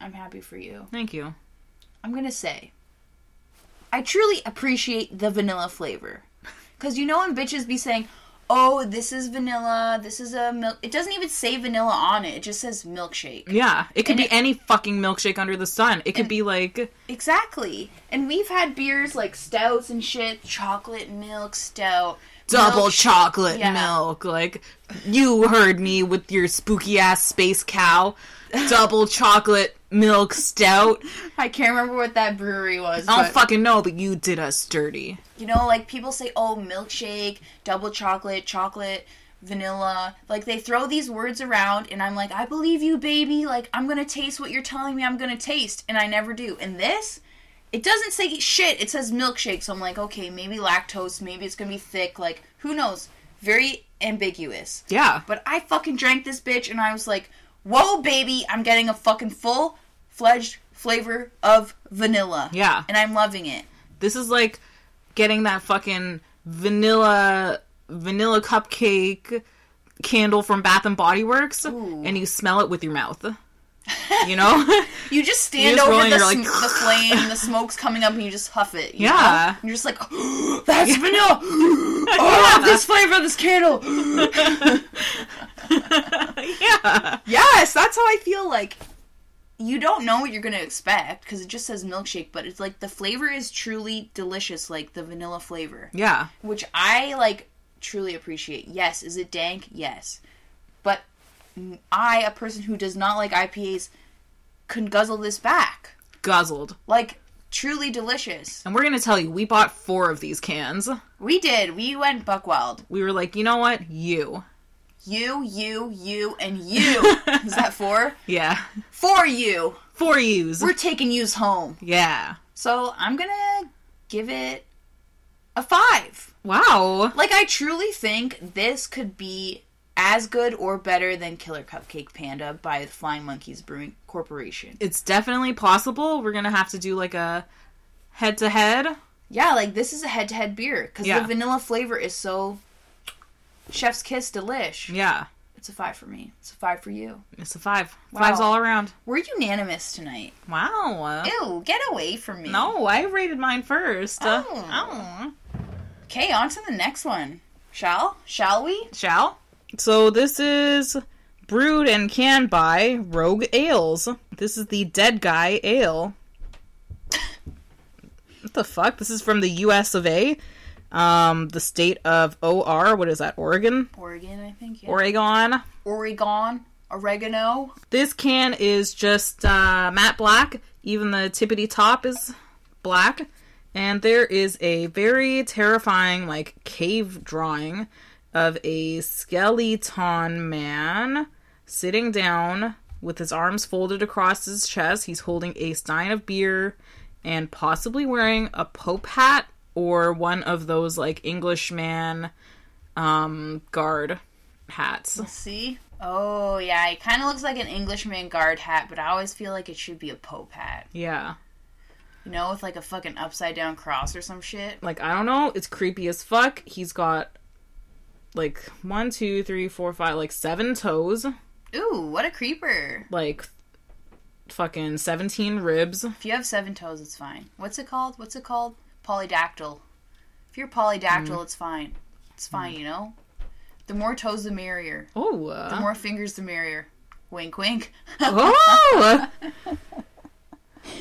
I'm happy for you.
Thank you.
I'm gonna say, I truly appreciate the vanilla flavor. Cause you know when bitches be saying, oh, this is vanilla, this is a milk. It doesn't even say vanilla on it, it just says milkshake.
Yeah, it could
And
be
it-
any fucking milkshake under the sun. It could be like
Exactly. And we've had beers like stouts and shit, chocolate milk stout.
double
milk-
chocolate
yeah.
milk. Like you heard me with your spooky ass space cow, double chocolate milk stout.
I can't remember what that brewery was.
I
but-
don't fucking know, but you did us dirty.
You know, like people say, oh, milkshake, double chocolate, chocolate, vanilla. Like they throw these words around, and I'm like, I believe you, baby. Like, I'm gonna taste what you're telling me I'm gonna taste, and I never do. And this, it doesn't say shit, it says milkshake. So I'm like, okay, maybe lactose, maybe it's gonna be thick. Like, who knows? Very ambiguous.
Yeah,
But I fucking drank this bitch, and I was like, whoa, baby, I'm getting a fucking full fledged flavor of vanilla.
Yeah.
And I'm loving it.
this is like getting that fucking vanilla vanilla cupcake candle from Bath and Body Works, and you smell it with your mouth. You know.
You just stand
You just
over
roll and
the,
you're
sm-
like,
the flame, and the smoke's coming up, and you just huff it. you
Yeah.
know? You're just like, that's vanilla. oh, I love this flavor of this candle.
yeah.
yes, that's how I feel like. You don't know what you're gonna expect because it just says milkshake, but it's like the flavor is truly delicious, like the vanilla flavor,
Yeah.
which I like truly appreciate. Yes, is it dank? Yes, but I, a person who does not like IPAs, can guzzle this back.
Guzzled.
Like truly delicious.
And we're going to tell you, we bought four of these cans.
We did. We went buck wild.
We were like, you know what? You.
You, you, you, and you. Is that four?
Yeah.
For you.
Four yous.
We're taking yous home.
yeah.
So I'm gonna give it a five.
Wow.
Like I truly think this could be as good or better than Killer Cupcake Panda by the Flying Monkeys Brewing Corporation.
It's definitely possible. We're going to have to do like a head to head.
Yeah, like this is a head-to-head beer because
Yeah.
the vanilla flavor is so chef's kiss delish.
Yeah.
It's a five for me. It's a five for you.
It's a five.
Wow.
Fives all around.
We're unanimous tonight.
Wow.
Ew, get away from me.
No, I rated mine first.
Oh.
Uh, oh.
Okay, on to the next one. Shall? Shall we?
Shall? So this is brewed and canned by Rogue Ales. This is the Dead Guy Ale. What the fuck? This is from the U.S. of A. Um, the state of OR. What is that? Oregon.
Oregon, I think. Yeah.
Oregon.
Oregon. Oregano.
This can is just uh, matte black. Even the tippity top is black. And there is a very terrifying, like, cave drawing of a skeleton man sitting down with his arms folded across his chest. He's holding a stein of beer and possibly wearing a pope hat or one of those, like, Englishman um, guard hats.
See? Oh, yeah. It kind of looks like an Englishman guard hat, but I always feel like it should be a Pope hat.
Yeah.
You know, with like a fucking upside down cross or some shit.
like I don't know, it's creepy as fuck. He's got like one, two, three, four, five, like seven toes,
Ooh, what a creeper.
like fucking seventeen ribs.
If you have seven toes, it's fine. What's it called? What's it called? Polydactyl. If you're polydactyl, it's fine. It's fine, you know? The more toes, the merrier.
Oh,
The
uh,
more fingers, the merrier. Wink, wink.
oh!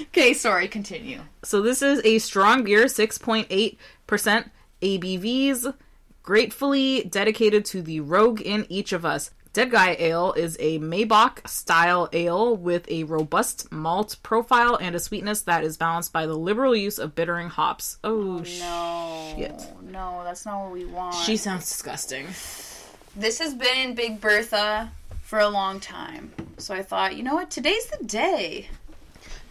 okay, sorry, continue.
So this is a strong beer, six point eight percent ABVs, gratefully dedicated to the rogue in each of us. Dead Guy Ale is a Maybach style ale with a robust malt profile and a sweetness that is balanced by the liberal use of bittering hops. Oh,
No.
shit.
No, that's not what we want.
She sounds disgusting.
this has been in Big Bertha for a long time. So I thought, you know what? Today's the day.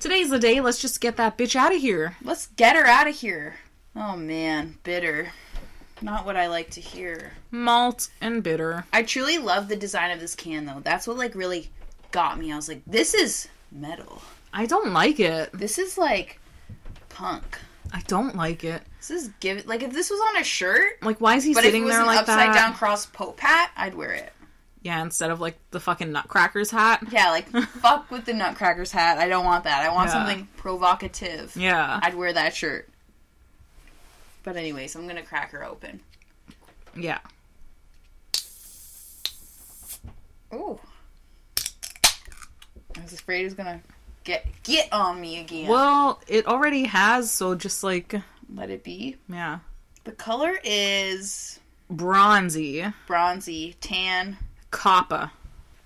Today's the day. Let's just get that bitch out of here.
Let's get her out of here. Oh man, bitter. Not what I like to hear.
Malt and bitter.
I truly love the design of this can though. That's what like really got me. I was like, this is metal.
I don't like it.
This is like punk.
I don't like it.
This is give it like if this was on a shirt,
Like, why is he
but if it
sitting
was
there
an
like
upside
that?
down cross pope hat, I'd wear it.
Yeah, instead of like the fucking nutcrackers hat.
Yeah, like fuck with the Nutcrackers hat. I don't want that. I want
Yeah.
something provocative.
Yeah.
I'd wear that shirt. But anyways, I'm gonna crack her open.
yeah.
Ooh. I was afraid it was gonna get get on me again.
Well, it already has, so just like,
Let it be.
yeah.
The color is
Bronzy.
bronzy, tan,
Coppa.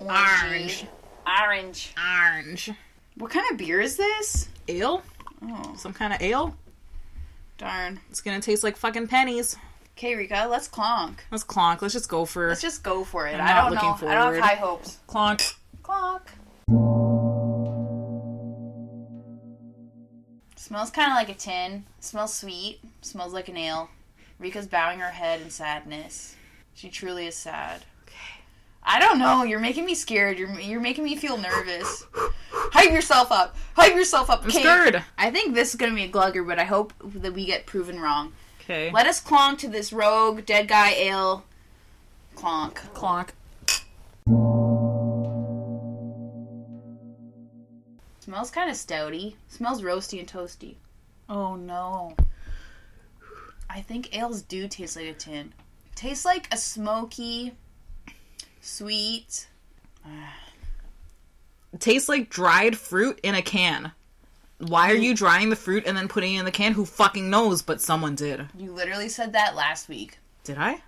orangey. Orange.
Orange.
What kind of beer is this?
Ale?
Oh,
Some kind of ale?
darn.
It's gonna taste like fucking pennies.
Okay, Rika, let's clonk.
Let's clonk. Let's just go for
Let's just go for it.
I'm
I
not
don't know.
looking
I don't
forward.
have high hopes.
clonk.
Clock. Smells kind of like a tin. Smells sweet. Smells like an ale. Rika's bowing her head in sadness. She truly is sad. I don't know. You're making me scared. You're you're making me feel nervous. Hype yourself up. Hype yourself up.
I'm
kid.
scared.
I think this is gonna be a glugger, but I hope that we get proven wrong.
Okay.
Let us clonk to this rogue dead guy ale. Clonk.
clonk.
Smells kind of stouty. Smells roasty and toasty. Oh no. I think ales do taste like a tin. Tastes like a smoky, sweet.
tastes like dried fruit in a can. Why are you drying the fruit and then putting it in the can? Who fucking knows? But someone did.
You literally said that last week.
Did I?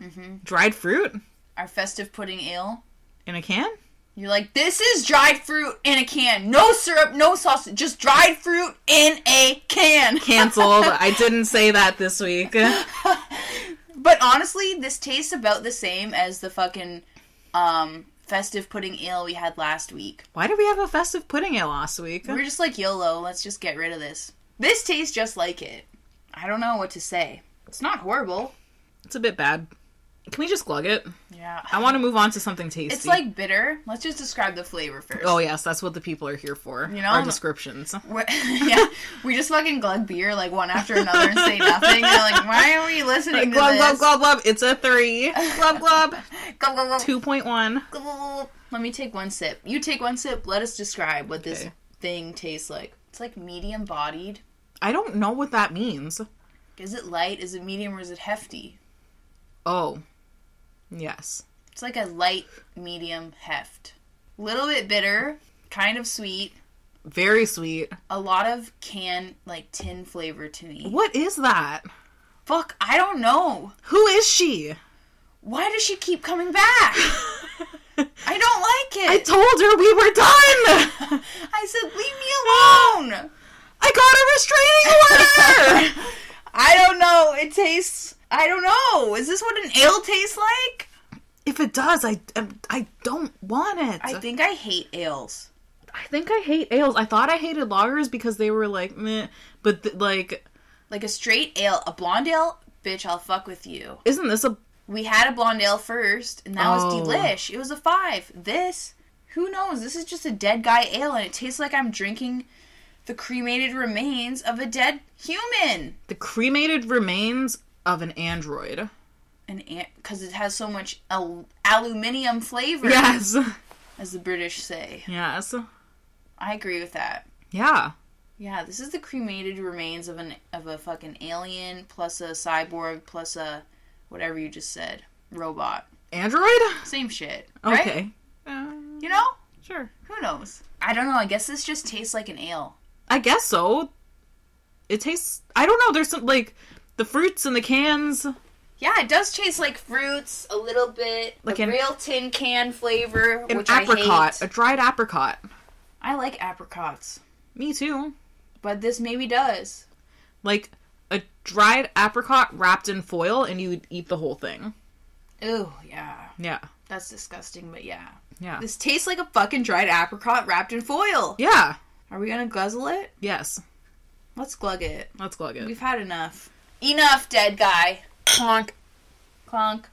Mm-hmm. Dried fruit
Our festive pudding ale.
in a can?
You're like, this is dried fruit in a can. No syrup, no sausage, just dried fruit in a can.
Cancelled. I didn't say that this week.
But honestly, this tastes about the same as the fucking um, festive pudding ale we had last week.
Why did we have a festive pudding ale last week?
We're just like YOLO. Let's just get rid of this. This tastes just like it. I don't know what to say. It's not horrible.
It's a bit bad. Can we just glug it?
Yeah.
I want to move on to something tasty.
It's like bitter. Let's just describe the flavor first.
Oh yes, that's what the people are here for.
You know,
our
I'm-
descriptions.
We're- yeah, we just fucking glug beer like one after another and say nothing. They're like, why are we listening to
Glub glub
this?
glub glub. It's a three. Glub glub.
Glug, glug, glug.
Two point one.
Glug. Let me take one sip. You take one sip. Let us describe what this
Okay.
thing tastes like. It's like medium bodied.
I don't know what that means.
Is it light? Is it medium? Or is it hefty?
Oh. Yes.
It's like a light, medium heft. Little bit bitter, kind of sweet.
Very sweet.
A lot of can like tin flavor to me.
What is that?
Fuck, I don't know.
Who is she?
Why does she keep coming back? I don't
I
like it.
told her we were done.
I said leave me alone.
I got a restraining order.
I don't know. It tastes. I don't know. Is this what an ale tastes like?
if it does, I um, I don't want it.
I think I hate ales.
I think I hate ales. I thought I hated lagers because they were like meh, but th- like
Like a straight ale, a blonde ale, bitch, I'll fuck with you.
isn't this a
We had a blonde ale first, and that was
Oh.
delish. It was a five. This, who knows? This is just a dead guy ale, and it tastes like I'm drinking the cremated remains of a dead human.
the cremated remains of an android?
And because it has so much al- aluminium flavor,
Yes.
as the British say.
Yes.
I agree with that.
Yeah.
Yeah, this is the cremated remains of an of a fucking alien plus a cyborg plus a whatever you just said robot.
Android?
Same shit, right?
Okay.
You know,
Uh, sure.
who knows? I don't know. I guess this just tastes like an ale.
I guess so. It tastes I don't know, there's some like the fruits and the cans.
Yeah, it does taste like fruits a little bit, like
Like an-
real tin can flavor,
An
which
apricot.
I
A
hate.
dried apricot.
I like apricots,
Me too.
but this maybe does.
Like a dried apricot wrapped in foil and you would eat the whole thing.
Ooh, yeah,
Yeah.
that's disgusting, but yeah,
Yeah.
this tastes like a fucking dried apricot wrapped in foil.
yeah.
Are we gonna guzzle it?
Yes.
Let's glug it.
Let's glug it.
We've had enough. Enough, dead guy.
Honk.
Clunk.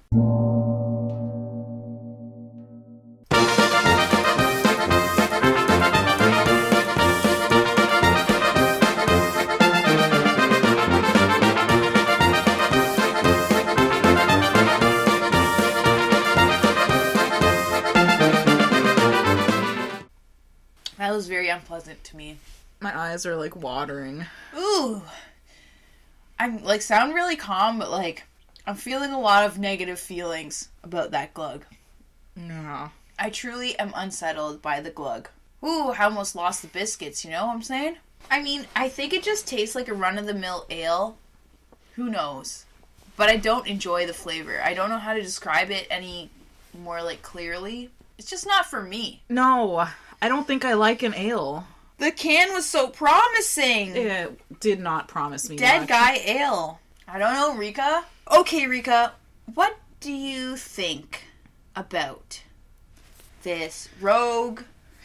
That was very unpleasant to me.
My eyes are like watering.
Ooh. I'm like sound really calm, but like I'm feeling a lot of negative feelings about that glug.
No.
I truly am unsettled by the glug. Ooh, I almost lost the biscuits, you know what I'm saying? I mean, I think it just tastes like a run of the mill ale. Who knows? But I don't enjoy the flavor. I don't know how to describe it any more like clearly. It's just not for me.
No. I don't think I like an ale.
The can was so
Mm.
promising.
It did not promise me.
Dead
much.
guy ale. I don't know, Rika. Okay, Rika, what do you think about this rogue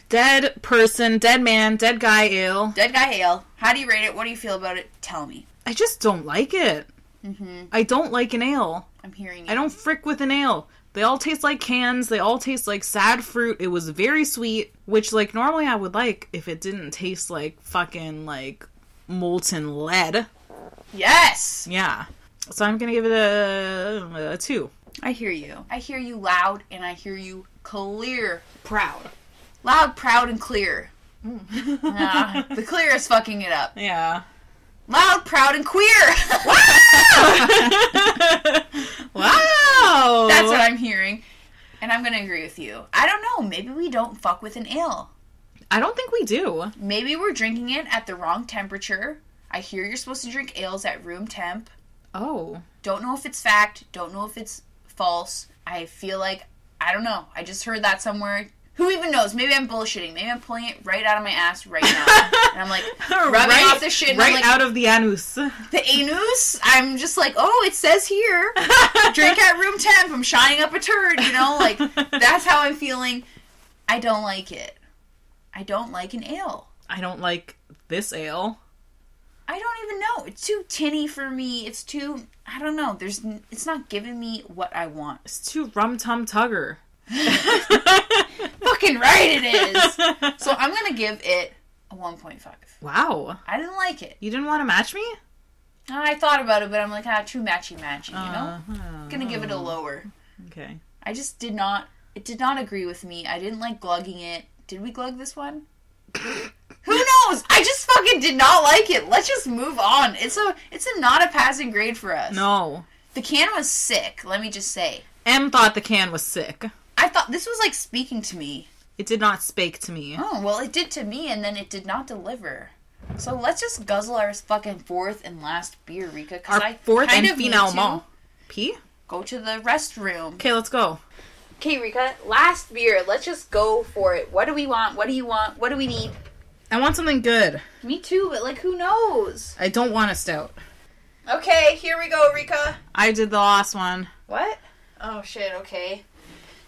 Dead person, dead man, dead guy ale.
dead guy ale? How do you rate it? What do you feel about it? Tell me.
I just don't like it.
Mm-hmm.
I don't like an ale.
I'm hearing you.
I don't frick with an ale. They all taste like cans. They all taste like sad fruit. It was very sweet, which like normally I would like if it didn't taste like fucking like molten lead.
Yes,
Yeah. So I'm gonna give it a, a two.
I hear you. I hear you loud, and I hear you clear,
Proud. Mm.
loud, proud, and clear. Nah, the clear is fucking it up.
Yeah.
Loud, proud, and queer.
Wow.
That's what I'm hearing. And I'm gonna agree with you. I don't know. Maybe we don't fuck with an ale.
I don't think we do.
Maybe we're drinking it at the wrong temperature. I hear you're supposed to drink ales at room temp.
Oh.
Don't know if it's fact. Don't know if it's false. I feel like, I don't know. I just heard that somewhere. Who even knows? Maybe I'm bullshitting. Maybe I'm pulling it right out of my ass right now. and I'm like, rubbing off the shit. And
right
I'm like,
out of the anus.
the anus. I'm just like, oh, it says here. Drink at room temp. I'm shining up a turd, you know? Like, that's how I'm feeling. I don't like it. I don't like an ale.
I don't like this ale.
I don't even know. It's too tinny for me. It's too I don't know. There's n- it's not giving me what I want.
It's too rum tum tugger.
Fucking right it is. so I'm going to give it a 1.5.
Wow.
I didn't like it.
You didn't want to match me?
I thought about it, but I'm like, ah, too matchy matchy, you know?
Uh-huh.
I'm going to give it a lower.
Okay.
I just did not it did not agree with me. I didn't like glugging it. Did we glug this one? Who knows? I just fucking did not like it. Let's just move on. It's a it's a not a passing grade for us.
No.
The can was sick, let me just say.
M thought the can was sick.
I thought this was like speaking to me.
It did not spake to me.
Oh, well it did to me and then it did not deliver. So let's just guzzle our fucking fourth and last beer, Rika,
Our
because I
fourth
kind
and
of need
final
to
mall. P?
Go to the restroom.
Okay, let's go.
Okay, Rika, last beer. Let's just go for it. What do we want? What do you want? What do we need?
I want something good.
Me too, but like who knows?
I don't want a stout.
Okay, here we go, Rika.
I did the last one.
What? Oh shit, okay.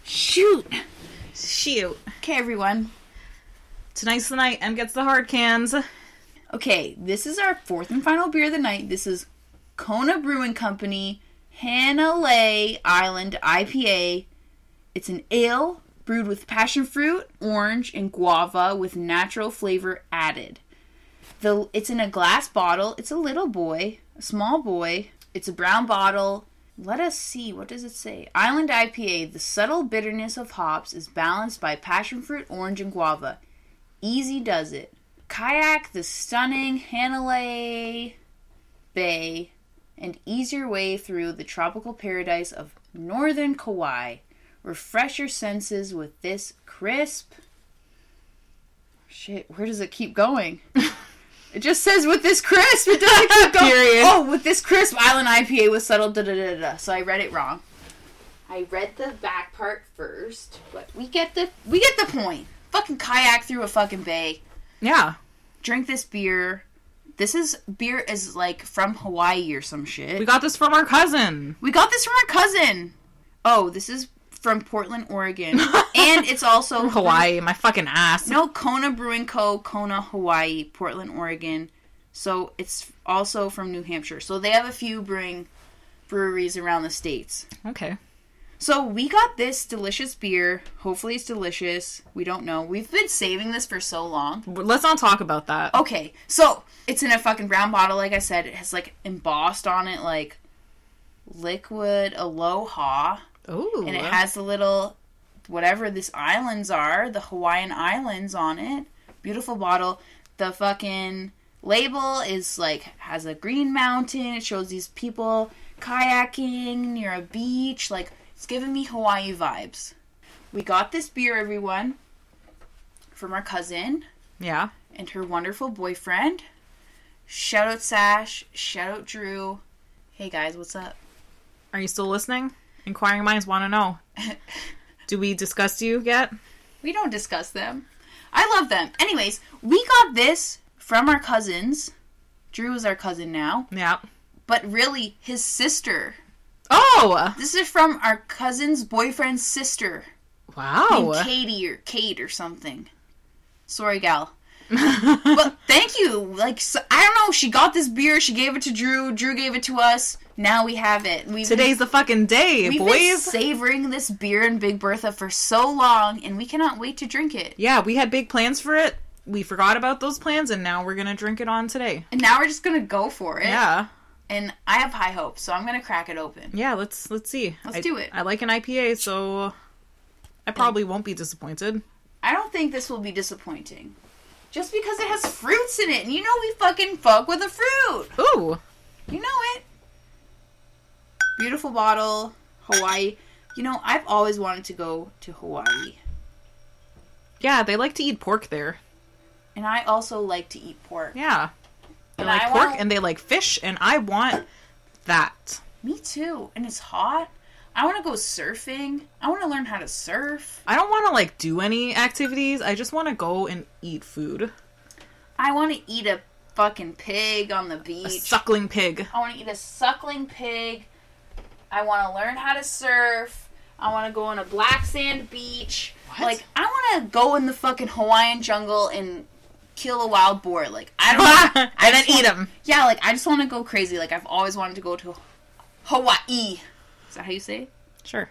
Shoot. Shoot.
Okay, everyone.
Tonight's the night. M gets the hard cans.
Okay, this is our fourth and final beer of the night. This is Kona Brewing Company Hanalei Island IPA. It's an ale brewed with passion fruit, orange, and guava with natural flavor added. The it's in a glass bottle. It's a little boy, a small boy. It's a brown bottle. Let us see what does it say. Island IPA. The subtle bitterness of hops is balanced by passion fruit, orange, and guava. Easy does it. Kayak the stunning Hanalei Bay and ease your way through the tropical paradise of northern Kauai. Refresh your senses with this crisp. Shit, where does it keep going? it just says with this crisp. It doesn't keep going.
Period.
Oh, with this crisp island IPA was settled. Da da da da. So I read it wrong. I read the back part first, but we get the we get the point. Fucking kayak through a fucking bay
Yeah.
drink this beer. This is beer is like from Hawaii or some shit.
We
We,
got this from our cousin.
got this from our cousin. Oh, this is from Portland, Oregon, and it's also from-
Hawaii, my fucking ass.
No, Kona Brewing Co. Kona, Hawaii, Portland, Oregon. So it's also from New Hampshire. So they have a few brewing breweries around the states.
Okay.
So we got this delicious beer. Hopefully it's delicious. We don't know. We've been saving this for so long.
Let's not talk about that.
Okay, so it's in a fucking brown bottle, like I said. It has like embossed on it, like liquid aloha,
Ooh.
and it has the little whatever this islands are, the Hawaiian islands on it. Beautiful bottle. The fucking label is like has a green mountain. It shows these people kayaking near a beach. Like it's giving me Hawaii vibes. We got this beer, everyone, from our cousin
yeah.
and her wonderful boyfriend. Shout out Sash. Shout out Drew. Hey guys, what's up?
Are you still listening? Inquiring minds want to know. Do we discuss you yet?
We don't discuss them. I love them. Anyways, we got this from our cousins. Drew is our cousin now,
Yeah.
but really his sister.
Oh.
This is from our cousin's boyfriend's sister.
Wow.
named Katie or Kate or something. Sorry, gal. but thank you. Like so, I don't know. She got this beer. She gave it to Drew. Drew gave it to us. Now we have it. We've been
Today's the fucking day,
We've been
boys.
savoring this beer and Big Bertha for so long, and we cannot wait to drink it.
Yeah, we had big plans for it. We forgot about those plans, and now we're gonna drink it on today.
And now we're just gonna go for it.
Yeah.
And I have high hopes, so I'm gonna crack it open.
Yeah. Let's let's see.
Let's
I-
do it.
I like an IPA, so I probably won't be disappointed.
I don't think this will be disappointing, just because it has fruits in it, and you know we fucking fuck with the fruit.
Ooh.
You know it. Beautiful bottle, Hawaii. You know I've always wanted to go to Hawaii,
Yeah, they like to eat pork there.
and I also like to eat pork.
Yeah. They
And
like
I
pork
want-
and they like fish, and I want that.
Me too. And it's hot. I want to go surfing. I want to learn how to surf.
I don't want to like do any activities. I just want to go and eat food.
I want to eat a fucking pig on the
A
beach.
suckling pig.
I want to eat a suckling pig. I want to learn how to surf. I want to go on a black sand beach. Like I want to go in the fucking Hawaiian jungle and kill a wild boar. Like I don't. I
and then
just
eat
want-
them.
Yeah, like I just want to go crazy. Like I've always wanted to go to Hawaii. Is that how you say it?
Sure.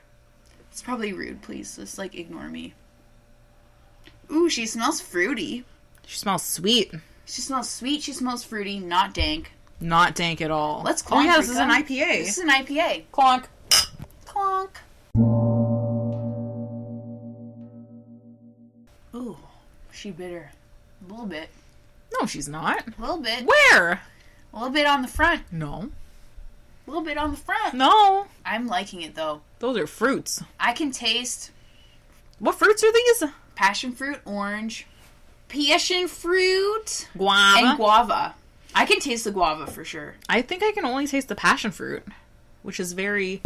It's probably rude. Please just like ignore me. Ooh, she smells fruity.
She smells sweet,
She smells sweet. She smells fruity, not dank.
not dank at all.
Let's
Oh
clonk.
yeah, this is an
Rika.
IPA.
This is an IPA.
clonk.
Clonk. Ooh, she bitter. A little bit.
No, she's not.
A little bit.
Where?
A little bit on the front.
No.
A little bit on the front.
No.
I'm liking it though.
Those are fruits.
I can taste
What fruits are these?
passion fruit, orange, passion fruit,
Guava.
and guava. I can taste the guava for sure.
I think I can only taste the passion fruit, which is very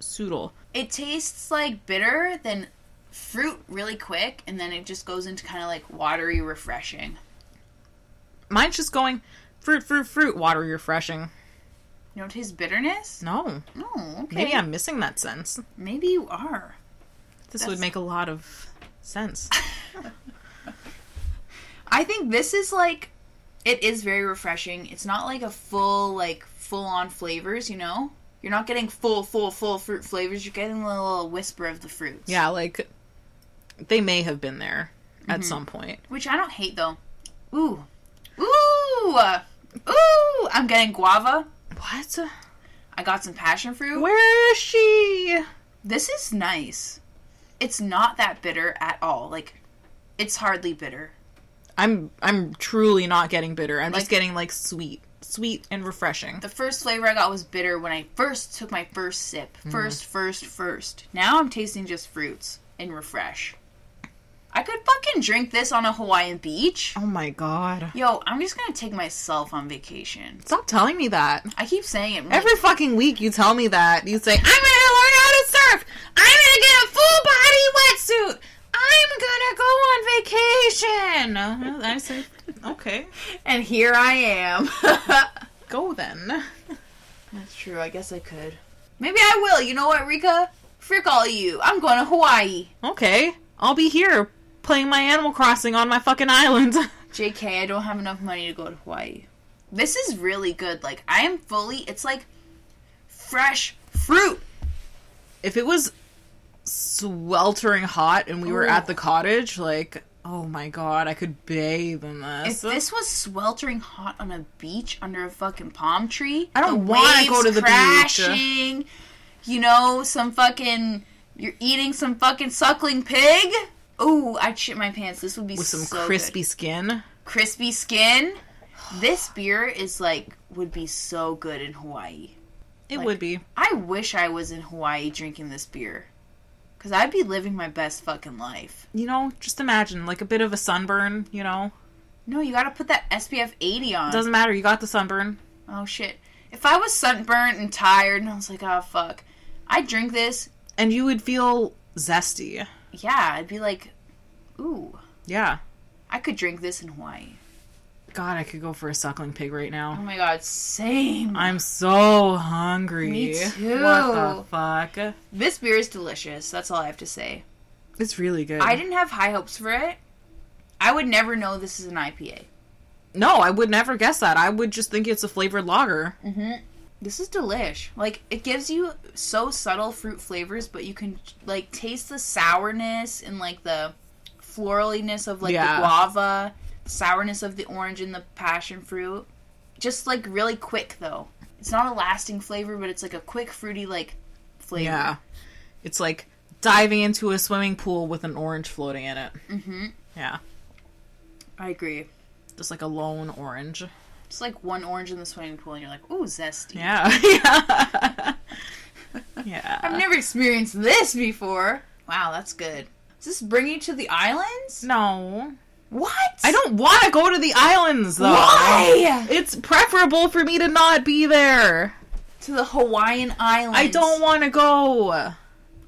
suitable.
It tastes like bitter, then fruit really quick, and then it just goes into kind of like watery, refreshing.
Mine's just going fruit, fruit, fruit, watery, refreshing.
You don't taste bitterness?
No.
Oh, okay.
Maybe I'm missing that sense.
Maybe you are.
This
That's-
would make a lot of sense.
I think this is like it is very refreshing. It's not like a full like full on flavors, you know? You're not getting full full full fruit flavors. You're getting a little whisper of the fruits.
yeah, like they may have been there at some point.
Which I don't hate though. Ooh. Ooh. Ooh, I'm getting guava.
What?
I got some passion fruit.
Where is she?
This is nice. It's not that bitter at all. Like it's hardly bitter.
I'm I'm truly not getting bitter. I'm
Like-
just getting like sweet, sweet and refreshing.
The first flavor I got was bitter when I first took my first sip. First, first, first. Now I'm tasting just fruits and refresh. I could fucking drink this on a Hawaiian beach.
Oh my god.
Yo, I'm just gonna take myself on vacation.
Stop telling me that.
I keep saying it. I'm like,
Every fucking week you tell me that. You say, I'm gonna learn how to surf. I'm gonna get a full body wetsuit. I'm gonna go on vacation. Uh, I said, okay.
and here I am.
Go then.
That's true. I guess I could. Maybe I will. You know what, Rika? Frick all you. I'm going to Hawaii.
Okay. I'll be here playing my Animal Crossing on my fucking island.
JK, I don't have enough money to go to Hawaii. This is really good. Like, I am fully, it's like fresh fruit.
if it was sweltering hot and we were
Ooh.
at the cottage, like, oh my god, I could bathe in
If
this.
this was sweltering hot on a beach under a fucking palm tree,
I don't wanna go to the beach.
crashing, You know, some fucking you're eating some fucking suckling pig. Ooh, I'd shit my pants. This would be
With some
so
crispy
good.
skin.
crispy skin. This beer is like would be so good in Hawaii.
It
Like-
would be.
I wish I was in Hawaii drinking this beer. Cause I'd be living my best fucking life.
You know, just imagine, like a bit of a sunburn, you know?
No, you gotta put that SPF 80 on.
Doesn't matter. You got the sunburn.
Oh shit. If I was sunburnt and tired and I was like, oh fuck, I'd drink this.
And you would feel zesty.
Yeah, I'd be like, ooh,
Yeah.
I could drink this in Hawaii.
God, I could go for a suckling pig right
Oh
now.
my god, same.
I'm so hungry.
Me too.
What the fuck?
this beer is delicious. That's all I have to say.
It's really good.
I didn't have high hopes for it. I would never know this is an IPA.
No, I would never guess that. I would just think it's a flavored lager.
This is delish. Like it gives you so subtle fruit flavors, but you can like taste the sourness and like the floraliness of like
Yeah.
the guava, sourness of the orange and the passion fruit. Just like really quick though. It's not a lasting flavor, but it's like a quick fruity like flavor.
Yeah. It's like diving into a swimming pool with an orange floating in it. Mm-hmm. Yeah.
I agree.
Just like a lone orange.
It's like one orange in the swimming pool, and you're like, ooh, zesty.
Yeah. yeah.
I've never experienced this before. Wow, that's good. Does this bring you to the islands?
No.
What?
I don't want to go to the islands, though.
Why?
It's preferable for me to not be there.
to the Hawaiian islands.
I don't want to go.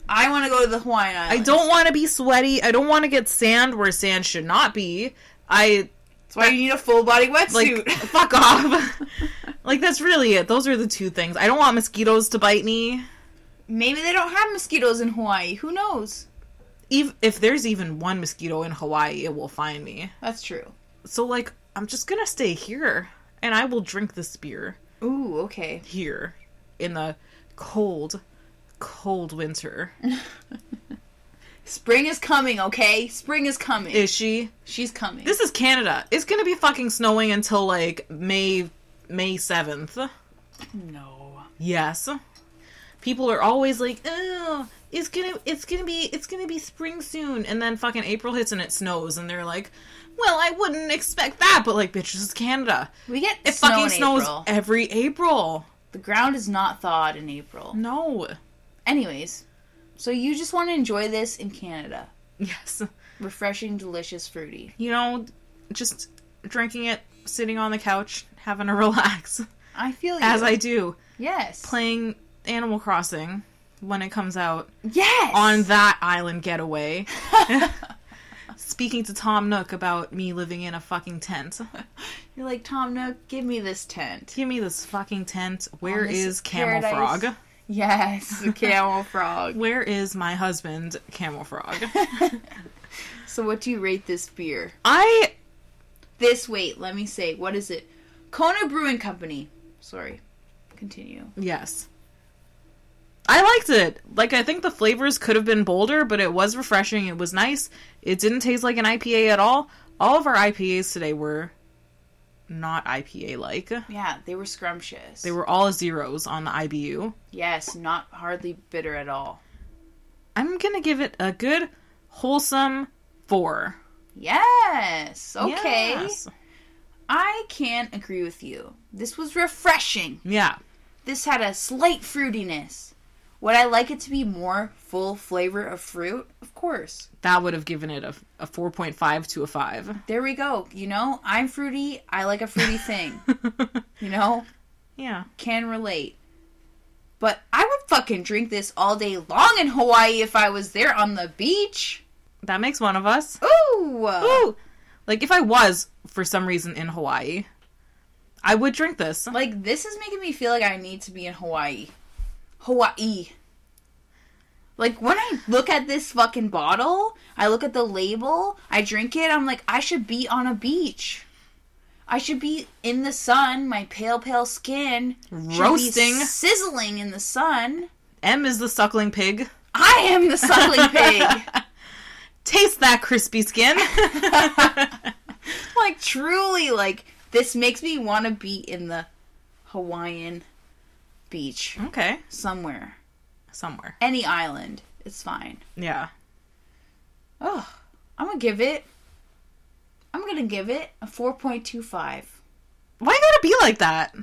I want to go to the Hawaiian
I
Islands.
don't want to be sweaty. I don't want to get sand where sand should not be. I
That's why you need a full body wetsuit.
like fuck off. like that's really it. Those are the two things. I don't want mosquitoes to bite me.
Maybe they don't have mosquitoes in Hawaii. Who knows?
Ev if there's even one mosquito in Hawaii, it will find me.
That's true.
So like I'm just going to stay here and I will drink this beer
Ooh, okay.
here in the cold cold winter.
Spring is coming, okay? Spring is coming.
Is she?
She's coming.
This is Canada. It's going to be fucking snowing until like May May 7th.
no.
Yes. people are always like, "Oh, it's gonna, it's gonna be, it's gonna be spring soon," and then fucking April hits and it snows, and they're like, "Well, I wouldn't expect that," but like, bitch, this is Canada.
We get
It
snow
fucking
in
snows e-
April.
every April.
The ground is not thawed in April.
No.
Anyways, so you just want to enjoy this in Canada.
Yes.
Refreshing, delicious, fruity.
You know, just drinking it, sitting on the couch, having a relax,
I feel you.
as I do,
yes
playing Animal Crossing when it comes out.
yes
on that island getaway. Speaking to Tom Nook about me living in a fucking tent.
You're like Tom Nook. Give me this tent.
Give me this fucking tent. Where
Oh, this
is
is
Camel
paradise.
Frog?
Yes, the camel frog.
Where is my husband, Camel Frog?
So, what do you rate this beer?
I
This wait, let me say, what is it? Kona Brewing Company. Sorry. Continue.
yes. I liked it. Like I think the flavors could have been bolder, but it was refreshing. It was nice. It didn't taste like an IPA at all. All of our IPAs today were not IPA like.
Yeah, they were scrumptious.
They were all zeros on the IBU.
yes, not hardly bitter at all.
I'm gonna give it a good wholesome four.
Yes. Okay.
Yes.
I can agree with you. This was refreshing.
Yeah.
This had a slight fruitiness. Would I like it to be more full flavor of fruit? Of course.
That would have given it a, a 4.5 to a 5.
There we go. You know, I'm fruity. I like a fruity thing. you know,
yeah.
can relate. But I would fucking drink this all day long in Hawaii if I was there on the beach.
That makes one of us.
Ooh.
Ooh! Like, if I was, for some reason, in Hawaii, I would drink this.
Like this is making me feel like I need to be in Hawaii. Hawaii. Like when I look at this fucking bottle, I look at the label, I drink it, I'm like I should be on a beach. I should be in the sun, my pale pale skin should be
Roasting.
sizzling in the sun.
M is the suckling pig.
I am the suckling pig.
Taste that crispy skin.
like truly like this makes me want to be in the Hawaiian beach
okay.
somewhere.
Somewhere.
Any island, it's fine.
Yeah.
Oh, I'm gonna give it. I'm gonna give it a 4.25.
Why gotta be like that?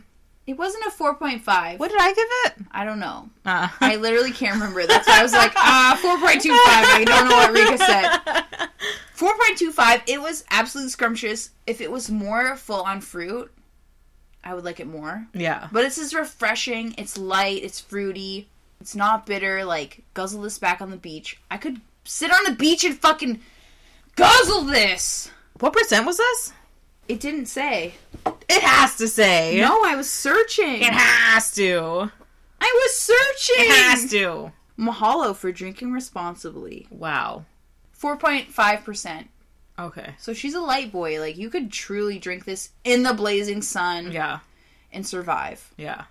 It wasn't a 4.5.
What did I give it?
I don't know.
Uh,
I literally can't remember. That's why I was like, ah, 4.25. I don't know what Rika said. 4.25. It was absolutely scrumptious. If it was more full on fruit, I would like it more.
yeah.
But this is refreshing. It's light. It's fruity. It's not bitter. Like guzzle this back on the beach. I could sit on the beach and fucking guzzle this.
What percent was this?
It didn't say.
It has to say.
No, I was searching.
It has to.
I was searching.
It has to.
Mahalo for drinking responsibly.
Wow.
4.5%.
Okay.
So she's a light boy. Like you could truly drink this in the blazing sun
Yeah.
and survive.
Yeah.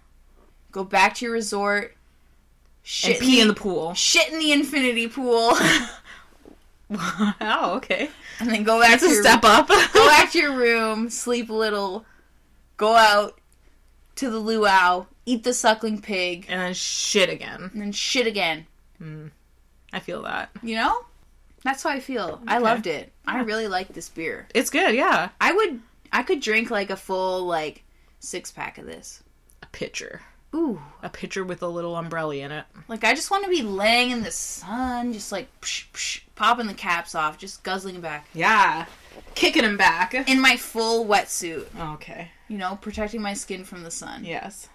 Go back to your resort. Shit
and pee in the pool.
shit in the infinity pool
Wow. Okay.
and then go back
That's
to
a
your
step up.
go back to your room, sleep a little, go out to the luau, eat the suckling pig,
and then shit again.
and then shit again.
I feel that.
You know? That's how I feel. I
Okay.
loved it. I really like this beer.
It's good. Yeah.
I would I could drink like a full like six pack of this.
A pitcher.
Ooh.
A pitcher with a little umbrella in it.
Like I just want to be laying in the sun, just like psh, psh, popping the caps off, just guzzling it back
Yeah. Kicking him back.
in my full wetsuit,
Okay.
you know, protecting my skin from the sun.
Yes.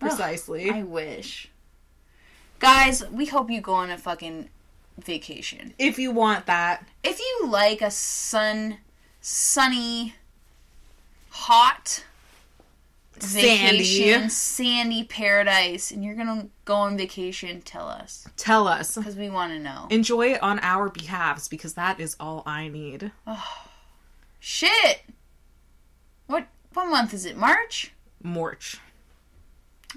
Ugh,
Precisely.
I wish. Guys, we hope you go on a fucking vacation.
if you want that.
If you like a sun sunny hot
Sandy.
vacation, sandy paradise and you're going to go on vacation, tell us
Tell us.
cuz we want to know.
Enjoy it on our behalves because that is all I need.
Shit. What what month is it? March?
Morch.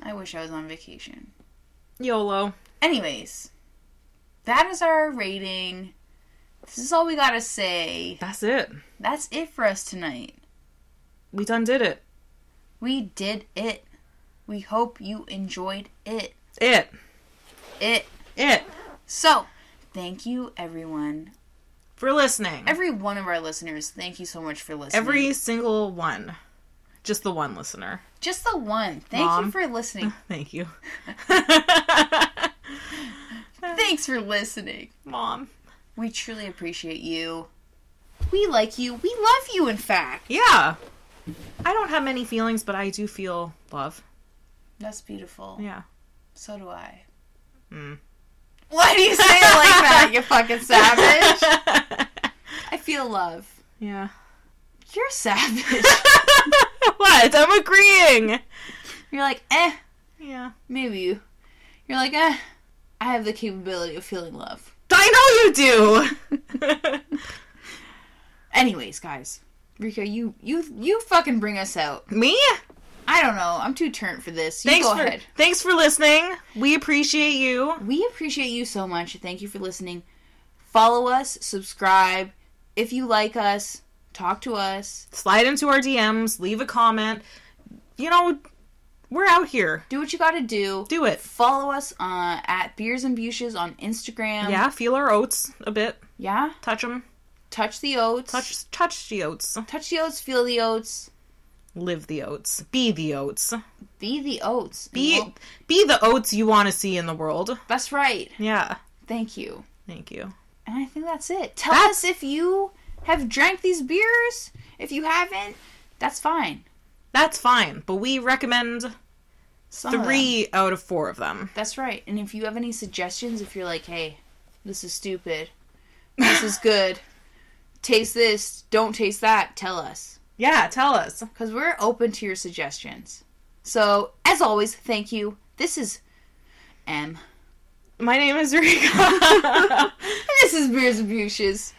I wish I was on vacation.
YOLO.
Anyways, that is our rating. This is all we got to say.
That's it.
That's it for us tonight.
We done did it.
We did it. We hope you enjoyed it.
It.
It.
It.
So, thank you, everyone.
For listening. Every,
Every one of our listeners, thank you so much for listening.
Every single one. Just the one listener.
just the one. Thank you
Mom.
for listening.
Thank you.
Thanks for listening.
Mom.
We truly appreciate you. We like you. We love you. In fact,
Yeah. I don't have many feelings, but I do feel love.
that's beautiful.
Yeah.
So do I.
Mm.
Why do you say it like that? You fucking savage. I feel love.
yeah.
You're savage.
what? I'm agreeing.
You're like, eh,
Yeah.
maybe you. You're like, eh, I have the capability of feeling love.
I know you do.
Anyways, guys, Rika, you you you fucking bring us out.
Me?
I don't know. I'm too turned for this. You
Thanks
go
for
ahead.
thanks for listening. We appreciate you.
We appreciate you so much. Thank you for listening. Follow us, subscribe. If you like us, talk to us.
Slide into our DMs, leave a comment. You know, we're out here.
Do what you got to do.
Do it.
Follow us uh, at Beers and Buches on Instagram.
Yeah, feel our oats a bit.
Yeah.
Touch them.
Touch the oats.
Touch touch the oats.
Touch the oats, feel the oats,
Live the oats. Be the oats.
be the oats.
Be
Well,
be the oats you want to see in the world.
that's right.
Yeah.
Thank you.
Thank you.
And I think that's it. Tell
That's-
us if you have drank these beers. If you haven't, that's fine.
That's fine, but we recommend
Some of them.
three out of four of them.
That's right. And if you have any suggestions, if you're like, hey, this is stupid, this is good, taste this, don't taste that, tell us.
Yeah, tell us.
Because we're open to your suggestions. So, as always, thank you. This is M.
My name is Rika.
This is Beers and Buches.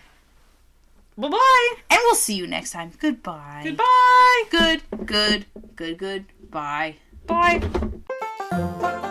bye bye.
And we'll see you next time. Goodbye.
Goodbye.
Good, good, good, good. Bye.
Bye.